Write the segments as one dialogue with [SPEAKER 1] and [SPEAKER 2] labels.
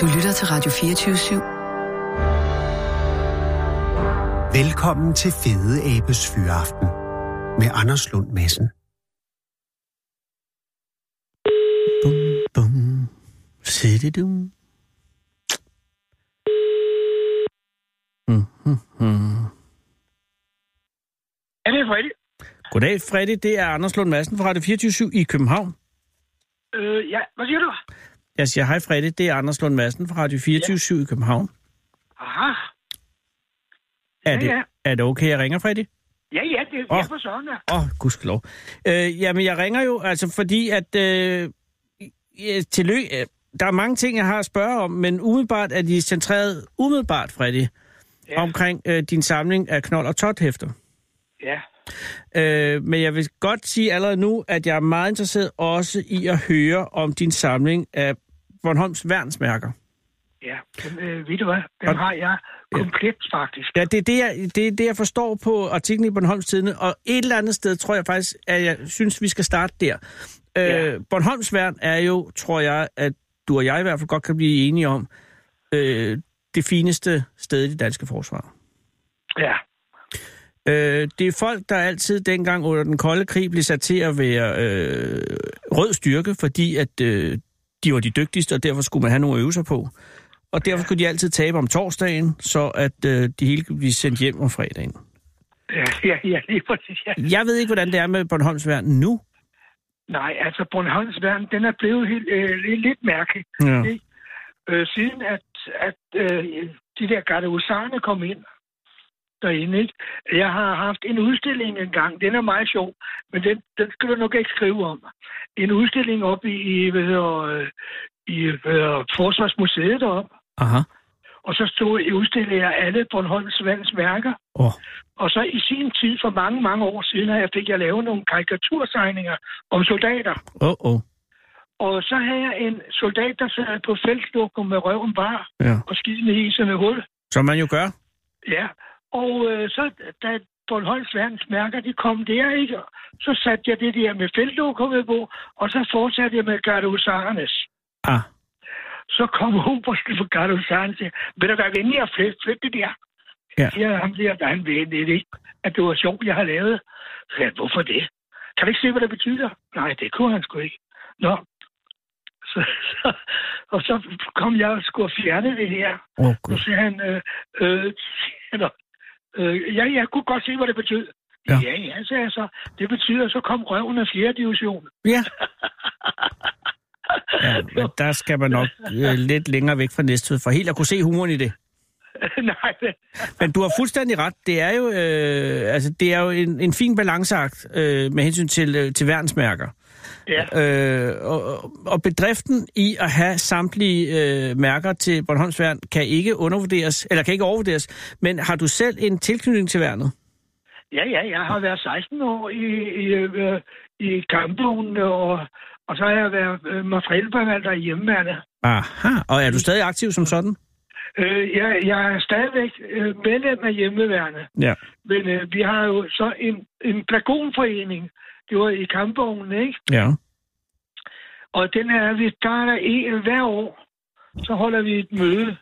[SPEAKER 1] Du lytter til Radio 24 /7.
[SPEAKER 2] Velkommen til Fede Abes Fyraften med Anders Lund Madsen. Bum, bum. Sætte du. Mm, mm, mm.
[SPEAKER 3] Ja, det er Freddy.
[SPEAKER 4] Goddag, Freddy. Det er Anders Lund Madsen fra Radio 24 i København.
[SPEAKER 3] Øh, ja, hvad siger du?
[SPEAKER 4] Jeg siger hej, Freddy. Det er Anders Lund Madsen fra Radio 24 ja. i København.
[SPEAKER 3] Aha.
[SPEAKER 4] Er
[SPEAKER 3] Ja,
[SPEAKER 4] det,
[SPEAKER 3] ja.
[SPEAKER 4] er det okay, jeg ringer, Freddy?
[SPEAKER 3] Ja, ja, det er
[SPEAKER 4] Åh.
[SPEAKER 3] oh. for søren, ja.
[SPEAKER 4] Åh, oh, gudskelov. Øh, jamen, jeg ringer jo, altså fordi, at... Øh, ja, tillykke. Øh, Der er mange ting, jeg har at spørge om, men umiddelbart er de centreret, umiddelbart, Freddy, ja.
[SPEAKER 3] Ja.
[SPEAKER 4] omkring øh, din samling af knold- og tothæfter.
[SPEAKER 3] ja.
[SPEAKER 4] Øh, men jeg vil godt sige allerede nu, at jeg er meget interesseret også i at høre om din samling af Bornholms værnsmærker.
[SPEAKER 3] Ja, den, øh, ved du hvad? Den har jeg komplet, faktisk.
[SPEAKER 4] Ja, det er det, jeg, det er det, jeg forstår på artiklen i Bornholms Tidende, og et eller andet sted tror jeg faktisk, at jeg synes, vi skal starte der. Ja.
[SPEAKER 3] Ja.
[SPEAKER 4] Øh, Bornholms værn er jo, tror jeg, at du og jeg i hvert fald godt kan blive enige om, øh, det fineste sted i det danske forsvar.
[SPEAKER 3] Ja,
[SPEAKER 4] Øh, det er folk, der altid dengang under den kolde krig blev sat til at være øh, rød styrke, fordi at øh, de var de dygtigste, og derfor skulle man have nogle øvelser på. Og derfor skulle de altid tabe om torsdagen, så at øh, de hele kunne blive sendt hjem om fredagen.
[SPEAKER 3] ja, ja, ja lige præcis, ja.
[SPEAKER 4] Jeg ved ikke, hvordan det er med Bornholms værn nu.
[SPEAKER 3] Nej, altså Bornholms verden, den er blevet helt, øh, lidt- lidt mærkelig.
[SPEAKER 4] Ja.
[SPEAKER 3] Øh, siden at, at øh, de der gardeusarerne kom ind derinde, ikke? Jeg har haft en udstilling engang, den er meget sjov, men den, den skal du nok ikke skrive om. En udstilling op i, i, hvad hedder, øh, i hvad hedder, Forsvarsmuseet deroppe,
[SPEAKER 4] Aha.
[SPEAKER 3] Og så stod i udstillede jeg alle Bornholms vands værker.
[SPEAKER 4] Åh,
[SPEAKER 3] Og så i sin tid, for mange, mange år siden, her, fik jeg lavet nogle karikaturtegninger om soldater.
[SPEAKER 4] åh, åh.
[SPEAKER 3] Og så havde jeg en soldat, der sad på feltlokum med røven bar
[SPEAKER 4] Ja.
[SPEAKER 3] og skidende i sådan et hul.
[SPEAKER 4] Som man jo gør.
[SPEAKER 3] Ja. Og øh, så da Bornholms vands mærker, de kom der, ikke? Så satte jeg det der med feltlokummet på, og så fortsatte jeg med gardehusarernes.
[SPEAKER 4] Ah.
[SPEAKER 3] Så kom obersten for Carlo Sanz. Vil du være venlig at flytte, flytte det der?
[SPEAKER 4] Ja.
[SPEAKER 3] Ja. Siger ham der, der han ved det ikke, at det var sjovt, jeg har lavet. Så sagde jeg, hvorfor det? Kan du ikke se, hvad det betyder? Nej, det kunne han sgu ikke. Nå. Så, så, og så kom jeg og skulle fjerne det her.
[SPEAKER 4] Åh, oh,
[SPEAKER 3] Så
[SPEAKER 4] gud.
[SPEAKER 3] sagde han, øh, øh, eller, øh, ja, jeg kunne godt se, hvad det betød.
[SPEAKER 4] Ja.
[SPEAKER 3] Ja. ja, ja, sagde jeg så. Det betyder, så kom røven af 4. division.
[SPEAKER 4] Ja. ja men der skal man nok øh, lidt længere væk fra Næstved, for helt at kunne se humoren i det.
[SPEAKER 3] Nej, det,
[SPEAKER 4] Men du har fuldstændig ret. Det er jo, øh, altså, det er jo en, en fin balanceakt øh, med hensyn til, øh, til værnsmærker.
[SPEAKER 3] ja.
[SPEAKER 4] Øh, og, og bedriften i at have samtlige øh, mærker til Bornholms værn kan ikke undervurderes, eller kan ikke overvurderes. Men har du selv en tilknytning til værnet?
[SPEAKER 3] Ja, ja, jeg har været 16 år i, i, øh, i kampvognen, og, og så har jeg været øh, materielforvalter i hjemmeværende.
[SPEAKER 4] Aha, og er du stadig aktiv som sådan?
[SPEAKER 3] Øh, jeg, jeg er stadigvæk øh, medlem af hjemmeværende,
[SPEAKER 4] Ja.
[SPEAKER 3] men øh, vi har jo så en, en dragonforening, det var i kampvognen, ikke?
[SPEAKER 4] Ja.
[SPEAKER 3] Og den er vi, der er der en hver år, så holder vi et møde.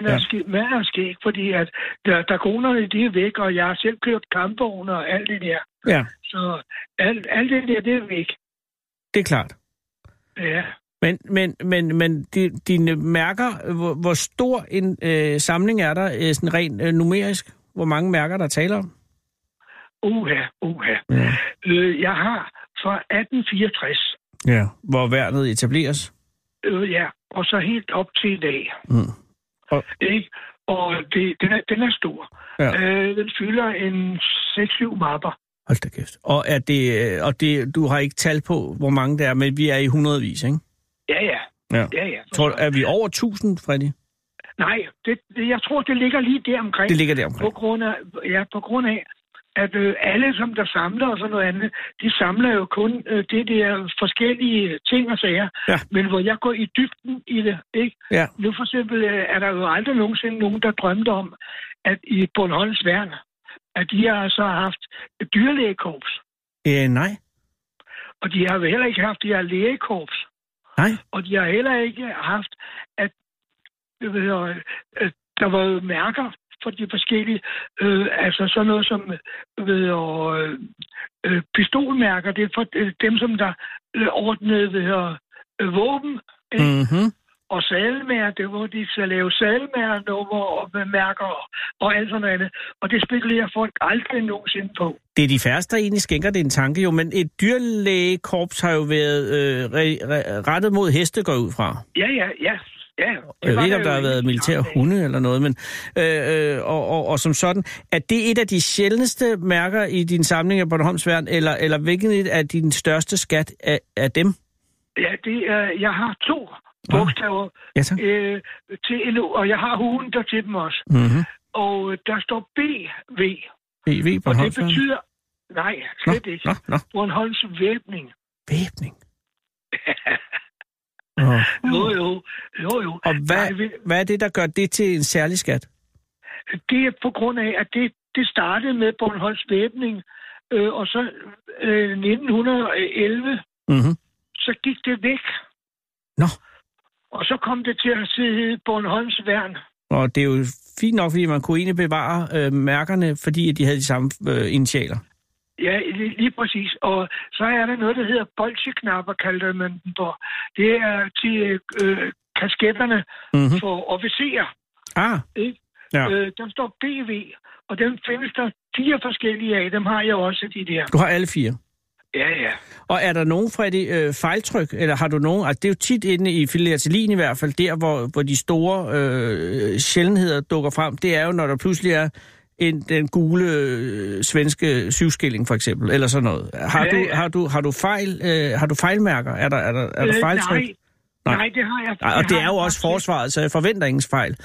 [SPEAKER 3] Hvad
[SPEAKER 4] Ja.
[SPEAKER 3] er sket, hvad er sket fordi at der, dragonerne, de er væk, og jeg har selv kørt kampvogne og alt det der.
[SPEAKER 4] Ja,
[SPEAKER 3] Så alt, alt det der, det er væk.
[SPEAKER 4] det er klart.
[SPEAKER 3] Ja.
[SPEAKER 4] Men, men, men, men di- dine mærker, øh, hvor, hvor stor en øh, samling er der øh, sådan rent øh, numerisk? Hvor mange mærker, der er tale om?
[SPEAKER 3] Uha, uha.
[SPEAKER 4] Ja.
[SPEAKER 3] Øh, jeg har fra 1864,
[SPEAKER 4] ja. Hvor værnet etableres?
[SPEAKER 3] øh, ja, og så helt op til i dag.
[SPEAKER 4] Mm. Og-
[SPEAKER 3] Og, ikke? og det, den, er, den er stor.
[SPEAKER 4] Ja.
[SPEAKER 3] Ja. Øh, den fylder en 6-7 mapper.
[SPEAKER 4] Hold da kæft. Og, er det, øh, og det, du har ikke tal på, hvor mange der er, men vi er i hundredvis, ikke?
[SPEAKER 3] Ja, ja.
[SPEAKER 4] Ja.
[SPEAKER 3] ja, ja.
[SPEAKER 4] Tror, du- er vi over 1000, Freddy?
[SPEAKER 3] Nej, det, det, jeg tror, det ligger lige der omkring.
[SPEAKER 4] Det ligger der
[SPEAKER 3] På
[SPEAKER 4] omkring.
[SPEAKER 3] grund af, ja, på grund af at øh, alle, som der samler og sådan noget andet, de samler jo kun øh, det der forskellige ting og sager.
[SPEAKER 4] Ja.
[SPEAKER 3] Men hvor jeg går i dybden i det, ikke?
[SPEAKER 4] Ja.
[SPEAKER 3] Nu for eksempel øh, er der jo aldrig nogensinde nogen, der drømte om, at i Bornholms Værn, at de har så haft dyrlægekorps.
[SPEAKER 4] Øh, nej.
[SPEAKER 3] Og de har jo heller ikke haft de her lægekorps.
[SPEAKER 4] Nej.
[SPEAKER 3] Og de har heller ikke haft, at, jeg ved, øh, øh, der var jo mærker for de forskellige, øh, altså sådan noget som jeg ved, og, øh, øh, pistolmærker, det er for øh, dem, som der øh, ordnede ved, øh, våben
[SPEAKER 4] Mm-hmm.
[SPEAKER 3] og salmager, det var de skal lave salmager, nummer og med mærker og, og alt sådan noget andet. Og det spekulerer folk aldrig nogensinde på.
[SPEAKER 4] Det er de færreste, der egentlig skænker det en tanke jo, men et dyrlægekorps har jo været øh, re- re- rettet mod heste, går jeg ud fra.
[SPEAKER 3] Ja, ja, ja. ja. Det
[SPEAKER 4] Jeg
[SPEAKER 3] var
[SPEAKER 4] ved ikke, om der
[SPEAKER 3] jo
[SPEAKER 4] har været
[SPEAKER 3] i
[SPEAKER 4] militær
[SPEAKER 3] gamle dage.
[SPEAKER 4] hunde eller noget, men øh, øh, og, og, og som sådan. Er det et af de sjældneste mærker i din samling af Bornholms Værn, eller, eller hvilken et af din største skat af, af dem?
[SPEAKER 3] Ja, det er, jeg har to bogstaver
[SPEAKER 4] Ja, tak.
[SPEAKER 3] øh, til LO, og jeg har hunden der til dem også.
[SPEAKER 4] Mm-hmm.
[SPEAKER 3] Og øh, der står BV,
[SPEAKER 4] BV
[SPEAKER 3] og det
[SPEAKER 4] Bornholms Værn.
[SPEAKER 3] betyder... Nej,
[SPEAKER 4] Nå,
[SPEAKER 3] slet ikke.
[SPEAKER 4] nå, nå.
[SPEAKER 3] Bornholms væbning.
[SPEAKER 4] Væbning. Nå.
[SPEAKER 3] Jo, jo, jo, Altså, jo.
[SPEAKER 4] Og
[SPEAKER 3] Nej,
[SPEAKER 4] hvad,
[SPEAKER 3] vi-
[SPEAKER 4] hvad er det, der gør det til en særlig skat?
[SPEAKER 3] det er på grund af, at det, det startede med Bornholms væbning, øh, og så øh, 1911,
[SPEAKER 4] Mm-hmm.
[SPEAKER 3] så gik det væk.
[SPEAKER 4] Nå.
[SPEAKER 3] Og så kom det til at hedde Bornholms værn.
[SPEAKER 4] Og det er jo fint nok, fordi man kunne egentlig bevare øh, mærkerne, fordi at de havde de samme øh, initialer.
[SPEAKER 3] Ja, lige, lige præcis. Og så er der noget, der hedder bolcheknapper, kalder man den for. Det er til øh, kasketterne
[SPEAKER 4] Mm-hmm.
[SPEAKER 3] for officerer.
[SPEAKER 4] Ah,
[SPEAKER 3] Ikke?
[SPEAKER 4] Ja.
[SPEAKER 3] Øh, der står BV, og dem findes der fire forskellige af. Dem har jeg også, de der.
[SPEAKER 4] du har alle fire.
[SPEAKER 3] Ja, ja.
[SPEAKER 4] Og er der nogen fra det øh, fejltryk, eller har du nogen? Altså, det er jo tit inde i filatilin i hvert fald, der hvor, hvor de store øh, sjældenheder dukker frem. Det er jo, når der pludselig er en, den gule øh, svenske syvskilling for eksempel, eller sådan noget. Har,
[SPEAKER 3] Ja,
[SPEAKER 4] du,
[SPEAKER 3] ja.
[SPEAKER 4] har, du, har, du, fejl, øh, har du fejlmærker? Er der, er der, er der
[SPEAKER 3] Øh,
[SPEAKER 4] fejltryk?
[SPEAKER 3] Nej.
[SPEAKER 4] Nej.
[SPEAKER 3] Nej. Nej, det har jeg.
[SPEAKER 4] Nej, og det
[SPEAKER 3] har
[SPEAKER 4] er jo
[SPEAKER 3] jeg
[SPEAKER 4] også
[SPEAKER 3] faktisk.
[SPEAKER 4] forsvaret, så jeg forventer ingen fejl.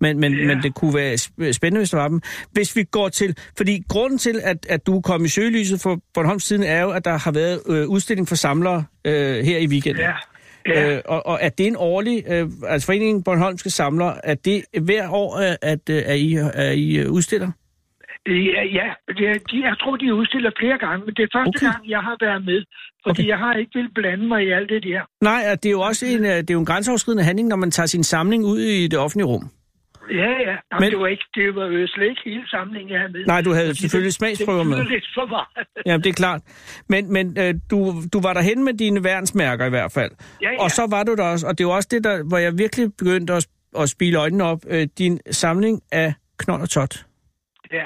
[SPEAKER 4] Men, men, ja.
[SPEAKER 3] Ja.
[SPEAKER 4] men det kunne være sp- øh, spændende, hvis der var dem. Hvis vi går til... Fordi grunden til, at, at du kom i søgelyset for Bornholms siden, er jo, at der har været øh, udstilling for samlere øh, her i weekenden.
[SPEAKER 3] Ja. ja. Øh,
[SPEAKER 4] Øh, og, og er det en årlig... Øh, altså Foreningen Bornholmske Samlere, er det hver år, øh, at øh, er I, er I øh, udstiller?
[SPEAKER 3] Øh, ja, ja. Det er, de, jeg tror, de udstiller flere gange, men det er første
[SPEAKER 4] Okay.
[SPEAKER 3] okay. gang, jeg har været med. Fordi
[SPEAKER 4] Okay.
[SPEAKER 3] okay. jeg har ikke vil blande mig i alt det der.
[SPEAKER 4] Nej, og det er jo også en, øh, det er jo en grænseoverskridende handling, når man tager sin samling ud i det offentlige rum.
[SPEAKER 3] Ja, ja. Jamen,
[SPEAKER 4] Men-
[SPEAKER 3] men... det, var ikke, det var jo slet ikke hele samlingen, jeg havde med.
[SPEAKER 4] Nej, du havde
[SPEAKER 3] Fordi
[SPEAKER 4] selvfølgelig
[SPEAKER 3] det-
[SPEAKER 4] smagsprøver
[SPEAKER 3] det
[SPEAKER 4] med.
[SPEAKER 3] Det lidt for meget.
[SPEAKER 4] Ja, det er klart. Men, men øh, du, du var derhen med dine værnsmærker i hvert fald.
[SPEAKER 3] Ja, ja.
[SPEAKER 4] Og så var du der også, og det var også det, der, hvor jeg virkelig begyndte at, at spille øjnene op, øh, din samling af knold og tot.
[SPEAKER 3] Ja,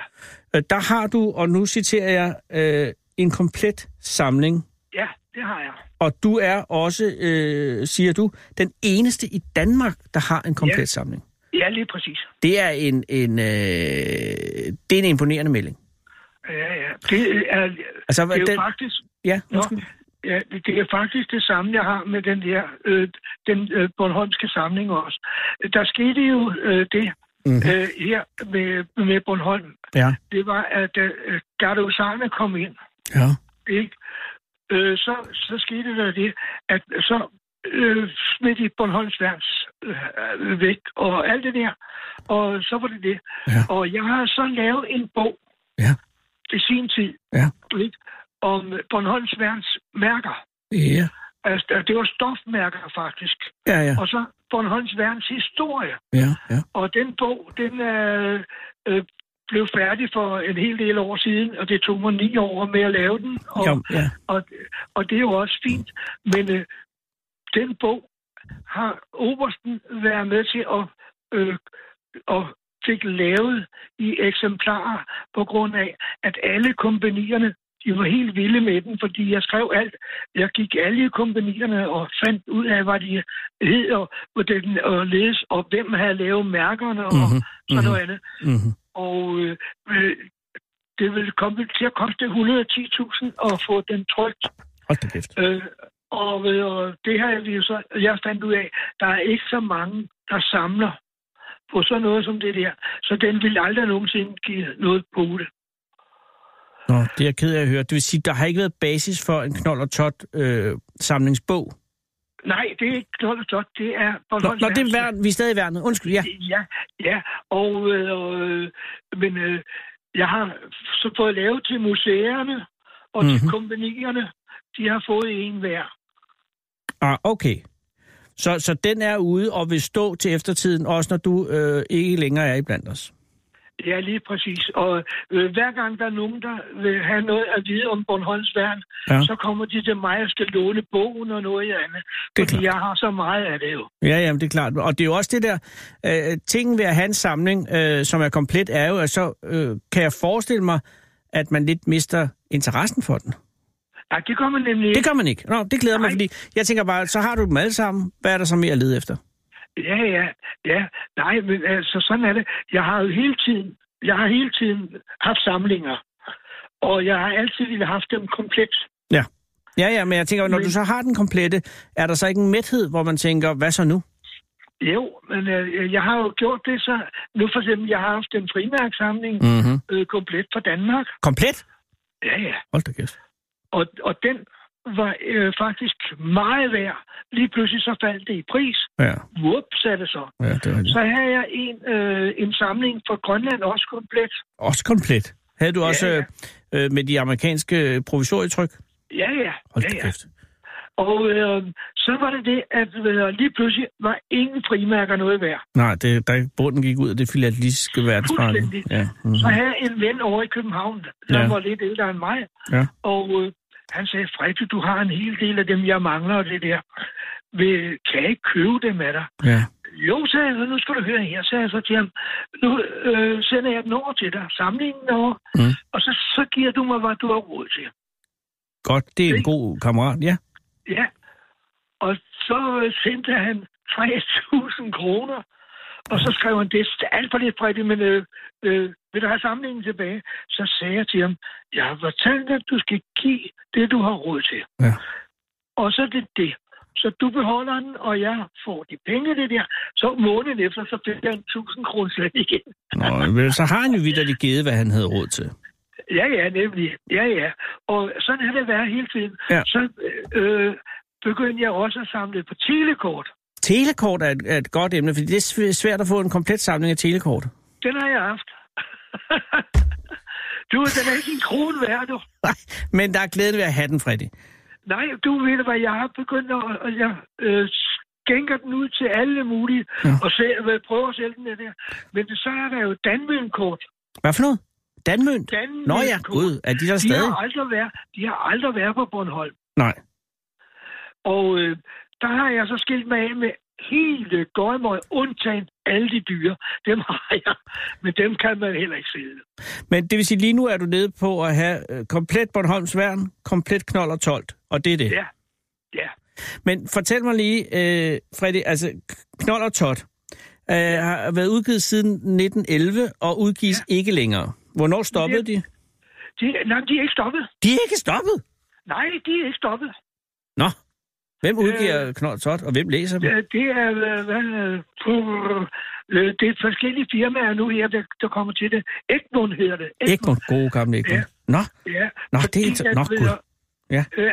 [SPEAKER 4] Øh, der har du, og nu citerer jeg, øh, en komplet samling,
[SPEAKER 3] ja det har jeg.
[SPEAKER 4] og du er også, øh, siger du, den eneste i Danmark, der har en komplet
[SPEAKER 3] Ja.
[SPEAKER 4] samling.
[SPEAKER 3] Ja, lige præcis.
[SPEAKER 4] Det er en, en, øh, det er en imponerende melding.
[SPEAKER 3] Ja, ja. Det er,
[SPEAKER 4] Altså,
[SPEAKER 3] det er jo
[SPEAKER 4] den-
[SPEAKER 3] faktisk...
[SPEAKER 4] Ja,
[SPEAKER 3] Nå,
[SPEAKER 4] undskyld.
[SPEAKER 3] ja, det er faktisk det samme, jeg har med den der øh, den øh, Bornholmske samling også. Der skete jo øh, det
[SPEAKER 4] Mhm.
[SPEAKER 3] øh, her med, med Bornholm.
[SPEAKER 4] Ja.
[SPEAKER 3] Det var, at øh, Gardehusarne kom ind,
[SPEAKER 4] ja.
[SPEAKER 3] ikke? Øh, så, så skete der det, at så øh, smed de Bornholms værns øh, væk og alt det der. Og så var det det.
[SPEAKER 4] Ja.
[SPEAKER 3] Og jeg har så lavet en bog
[SPEAKER 4] Ja.
[SPEAKER 3] i sin tid,
[SPEAKER 4] Ja.
[SPEAKER 3] ikke? om Bornholms værns mærker.
[SPEAKER 4] Ja,
[SPEAKER 3] Altså, det var stofmærker faktisk.
[SPEAKER 4] ja, ja.
[SPEAKER 3] Og så Bornholms værns historie.
[SPEAKER 4] ja, ja.
[SPEAKER 3] Og den bog, den øh, øh, blev færdig for en hel del år siden, og det tog mig ni år med at lave den. Og,
[SPEAKER 4] Jo, ja.
[SPEAKER 3] og, og det er jo også fint, men øh, den bog har Obersten været med til at, øh, og fik lavet i eksemplarer på grund af, at alle kompanierne de var helt vilde med den, fordi jeg skrev alt. Jeg gik alle i kompanierne og fandt ud af, hvad de hed, og, hvordan, og, ledes, og hvem havde lavet mærkerne og
[SPEAKER 4] Mhm,
[SPEAKER 3] mm-hmm. sådan
[SPEAKER 4] mhm.
[SPEAKER 3] noget andet.
[SPEAKER 4] Mm-hmm.
[SPEAKER 3] Og øh, øh, det vil komme til at koste 110.000 at få den trygt.
[SPEAKER 4] Hold da kæft.
[SPEAKER 3] Øh, og, ved, og det har vi jo så, jeg fandt ud af, der er ikke så mange, der samler på sådan noget som det der. Så den vil aldrig nogensinde give noget på det.
[SPEAKER 4] Nå, det er jeg ked af at høre. Det vil sige, der har ikke været basis for en knold og tot øh, samlingsbog.
[SPEAKER 3] Nej, det er ikke noget og godt. Det er
[SPEAKER 4] Nå,
[SPEAKER 3] Bornholms
[SPEAKER 4] nå, det er
[SPEAKER 3] Værnsted.
[SPEAKER 4] værn. Vi er stadig i værnet. Undskyld, ja.
[SPEAKER 3] Ja, ja. Og, øh, og, øh, men øh, jeg har så fået lavet til museerne og mm-hmm.
[SPEAKER 4] Mhm.
[SPEAKER 3] til kompanierne. De har fået en hver.
[SPEAKER 4] Ah, okay. Så, så den er ude og vil stå til eftertiden, også når du øh, ikke længere er i blandt os.
[SPEAKER 3] Ja, lige præcis. Og øh, hver gang der er nogen, der vil have noget at vide om Bornholms værn,
[SPEAKER 4] Ja.
[SPEAKER 3] ja. så kommer de til mig og skal låne bogen og noget andet.
[SPEAKER 4] Det er
[SPEAKER 3] Fordi
[SPEAKER 4] klart.
[SPEAKER 3] jeg har så meget af det jo.
[SPEAKER 4] Ja, jamen, det er klart. Og det er jo også det der, øh, tingen ved at have en samling, øh, som er komplet, er jo, at så øh, kan jeg forestille mig, at man lidt mister interessen for den.
[SPEAKER 3] Ja, det kommer nemlig
[SPEAKER 4] Det gør man ikke. Nå, det glæder mig,
[SPEAKER 3] Nej.
[SPEAKER 4] fordi jeg tænker bare, så har du dem alle sammen. Hvad er der så mere at lede efter?
[SPEAKER 3] Ja, ja, ja. Nej, men altså, sådan er det. Jeg har jo hele tiden, jeg har hele tiden haft samlinger. Og jeg har altid ville haft dem komplet.
[SPEAKER 4] Ja. Ja, ja, men jeg tænker, når
[SPEAKER 3] Men-
[SPEAKER 4] du så har den komplette, er der så ikke en mæthed, hvor man tænker, hvad så nu?
[SPEAKER 3] Jo, men øh, jeg har jo gjort det så... Nu for eksempel, jeg har haft en frimærksamling mm.
[SPEAKER 4] Mm-hmm.
[SPEAKER 3] øh, komplet fra Danmark.
[SPEAKER 4] Komplet?
[SPEAKER 3] Ja, ja.
[SPEAKER 4] Hold da kæft.
[SPEAKER 3] Og, og den var øh, faktisk meget værd. Lige pludselig så faldt det i pris.
[SPEAKER 4] Ja,
[SPEAKER 3] Whoop, sagde det så.
[SPEAKER 4] ja, det var det.
[SPEAKER 3] Så havde jeg en, øh, en samling fra Grønland også komplet.
[SPEAKER 4] Også komplet. Havde du
[SPEAKER 3] Ja,
[SPEAKER 4] også
[SPEAKER 3] ja.
[SPEAKER 4] Øh, øh, med de amerikanske provisorietryk?
[SPEAKER 3] Ja, ja.
[SPEAKER 4] Hold
[SPEAKER 3] ja,
[SPEAKER 4] da
[SPEAKER 3] ja.
[SPEAKER 4] kæft.
[SPEAKER 3] Og øh, så var det det, at øh, lige pludselig var ingen frimærker noget værd.
[SPEAKER 4] Nej, det, der bunden gik ud af det filateliske verdensmarked.
[SPEAKER 3] Fuldstændig.
[SPEAKER 4] Ja. Mm.
[SPEAKER 3] Så havde jeg en ven over i København, der
[SPEAKER 4] Ja.
[SPEAKER 3] ja. var lidt ældre end mig.
[SPEAKER 4] Ja.
[SPEAKER 3] Og øh, han sagde, Fredrik, du har en hel del af dem, jeg mangler og det der. Vil, kan jeg ikke købe dem af dig?
[SPEAKER 4] ja.
[SPEAKER 3] Jo, sagde jeg, nu skal du høre her, sagde jeg så til ham. Nu øh, sender jeg den over til dig, samlingen over,
[SPEAKER 4] Mm.
[SPEAKER 3] mm. og så, så giver du mig, hvad du har råd til.
[SPEAKER 4] Godt, det er en
[SPEAKER 3] Det-
[SPEAKER 4] god kammerat, ja.
[SPEAKER 3] Ja, og så øh, sendte han 3.000 kroner, og så skrev han, det er alt for lidt, Fredrik, men øh, øh, vil du have samlingen tilbage? Så sagde jeg til ham, jeg har fortalt dig, at du skal give det, du har råd til.
[SPEAKER 4] Ja.
[SPEAKER 3] Og så er det det. Så du beholder den, og jeg får de penge, det der. Så måneden efter, så fik jeg en 1000 kroner slet igen.
[SPEAKER 4] Nå, men så har han jo vidderligt givet, hvad han havde råd til.
[SPEAKER 3] Ja, ja, nemlig. Ja, ja. Og sådan har det været hele tiden.
[SPEAKER 4] Ja.
[SPEAKER 3] Så øh, begyndte jeg også at samle på telekort.
[SPEAKER 4] Telekort er et, er et godt emne, fordi det er sv- svært at få en komplet samling af telekort.
[SPEAKER 3] Den har jeg haft. du, den er ikke en krone værd, du.
[SPEAKER 4] Nej, men der er glæden ved at have den, Freddy.
[SPEAKER 3] Nej, du ved hvad, jeg har begyndt at... Og jeg øh, skænker den ud til alle mulige,
[SPEAKER 4] Ja.
[SPEAKER 3] ja. og selv, øh, prøver at sælge den der. Men så er der jo Danmøn-kort.
[SPEAKER 4] Hvad for noget? Danmønt?
[SPEAKER 3] Danmøn
[SPEAKER 4] Nå ja, gud, er de der
[SPEAKER 3] de
[SPEAKER 4] stadig?
[SPEAKER 3] har, aldrig været, de har aldrig været på Bornholm.
[SPEAKER 4] Nej.
[SPEAKER 3] Og øh, der har jeg så skilt mig af med hele gøjmøg, undtagen alle de dyre. Dem har jeg, men dem kan man heller ikke sælge.
[SPEAKER 4] Men det vil sige, lige nu er du nede på at have øh, komplet Bornholms værn, komplet knold og tolt, og det er det.
[SPEAKER 3] Ja, ja.
[SPEAKER 4] Men fortæl mig lige, øh, Freddy, altså K- Knold og Tot øh, har været udgivet siden 1911 og udgives ja. ikke længere. Hvornår stoppede de?
[SPEAKER 3] De, nej, de er ikke stoppet.
[SPEAKER 4] De er ikke stoppet!
[SPEAKER 3] Nej, de er ikke stoppet.
[SPEAKER 4] Nå, hvem udgiver øh, Knold og Tot, og hvem læser dem?
[SPEAKER 3] Ja, Det er, øh, hvad, øh, puh, øh, det er forskellige firmaer nu her, der, der kommer til det. Egmont hedder det.
[SPEAKER 4] Egmont, gode gamle Egmont. Ja. Nå,
[SPEAKER 3] Ja.
[SPEAKER 4] Nå,
[SPEAKER 3] Fordi
[SPEAKER 4] det er inter-
[SPEAKER 3] at,
[SPEAKER 4] Nå,
[SPEAKER 3] ved
[SPEAKER 4] Gud.
[SPEAKER 3] jeg,
[SPEAKER 4] Ja.
[SPEAKER 3] Øh,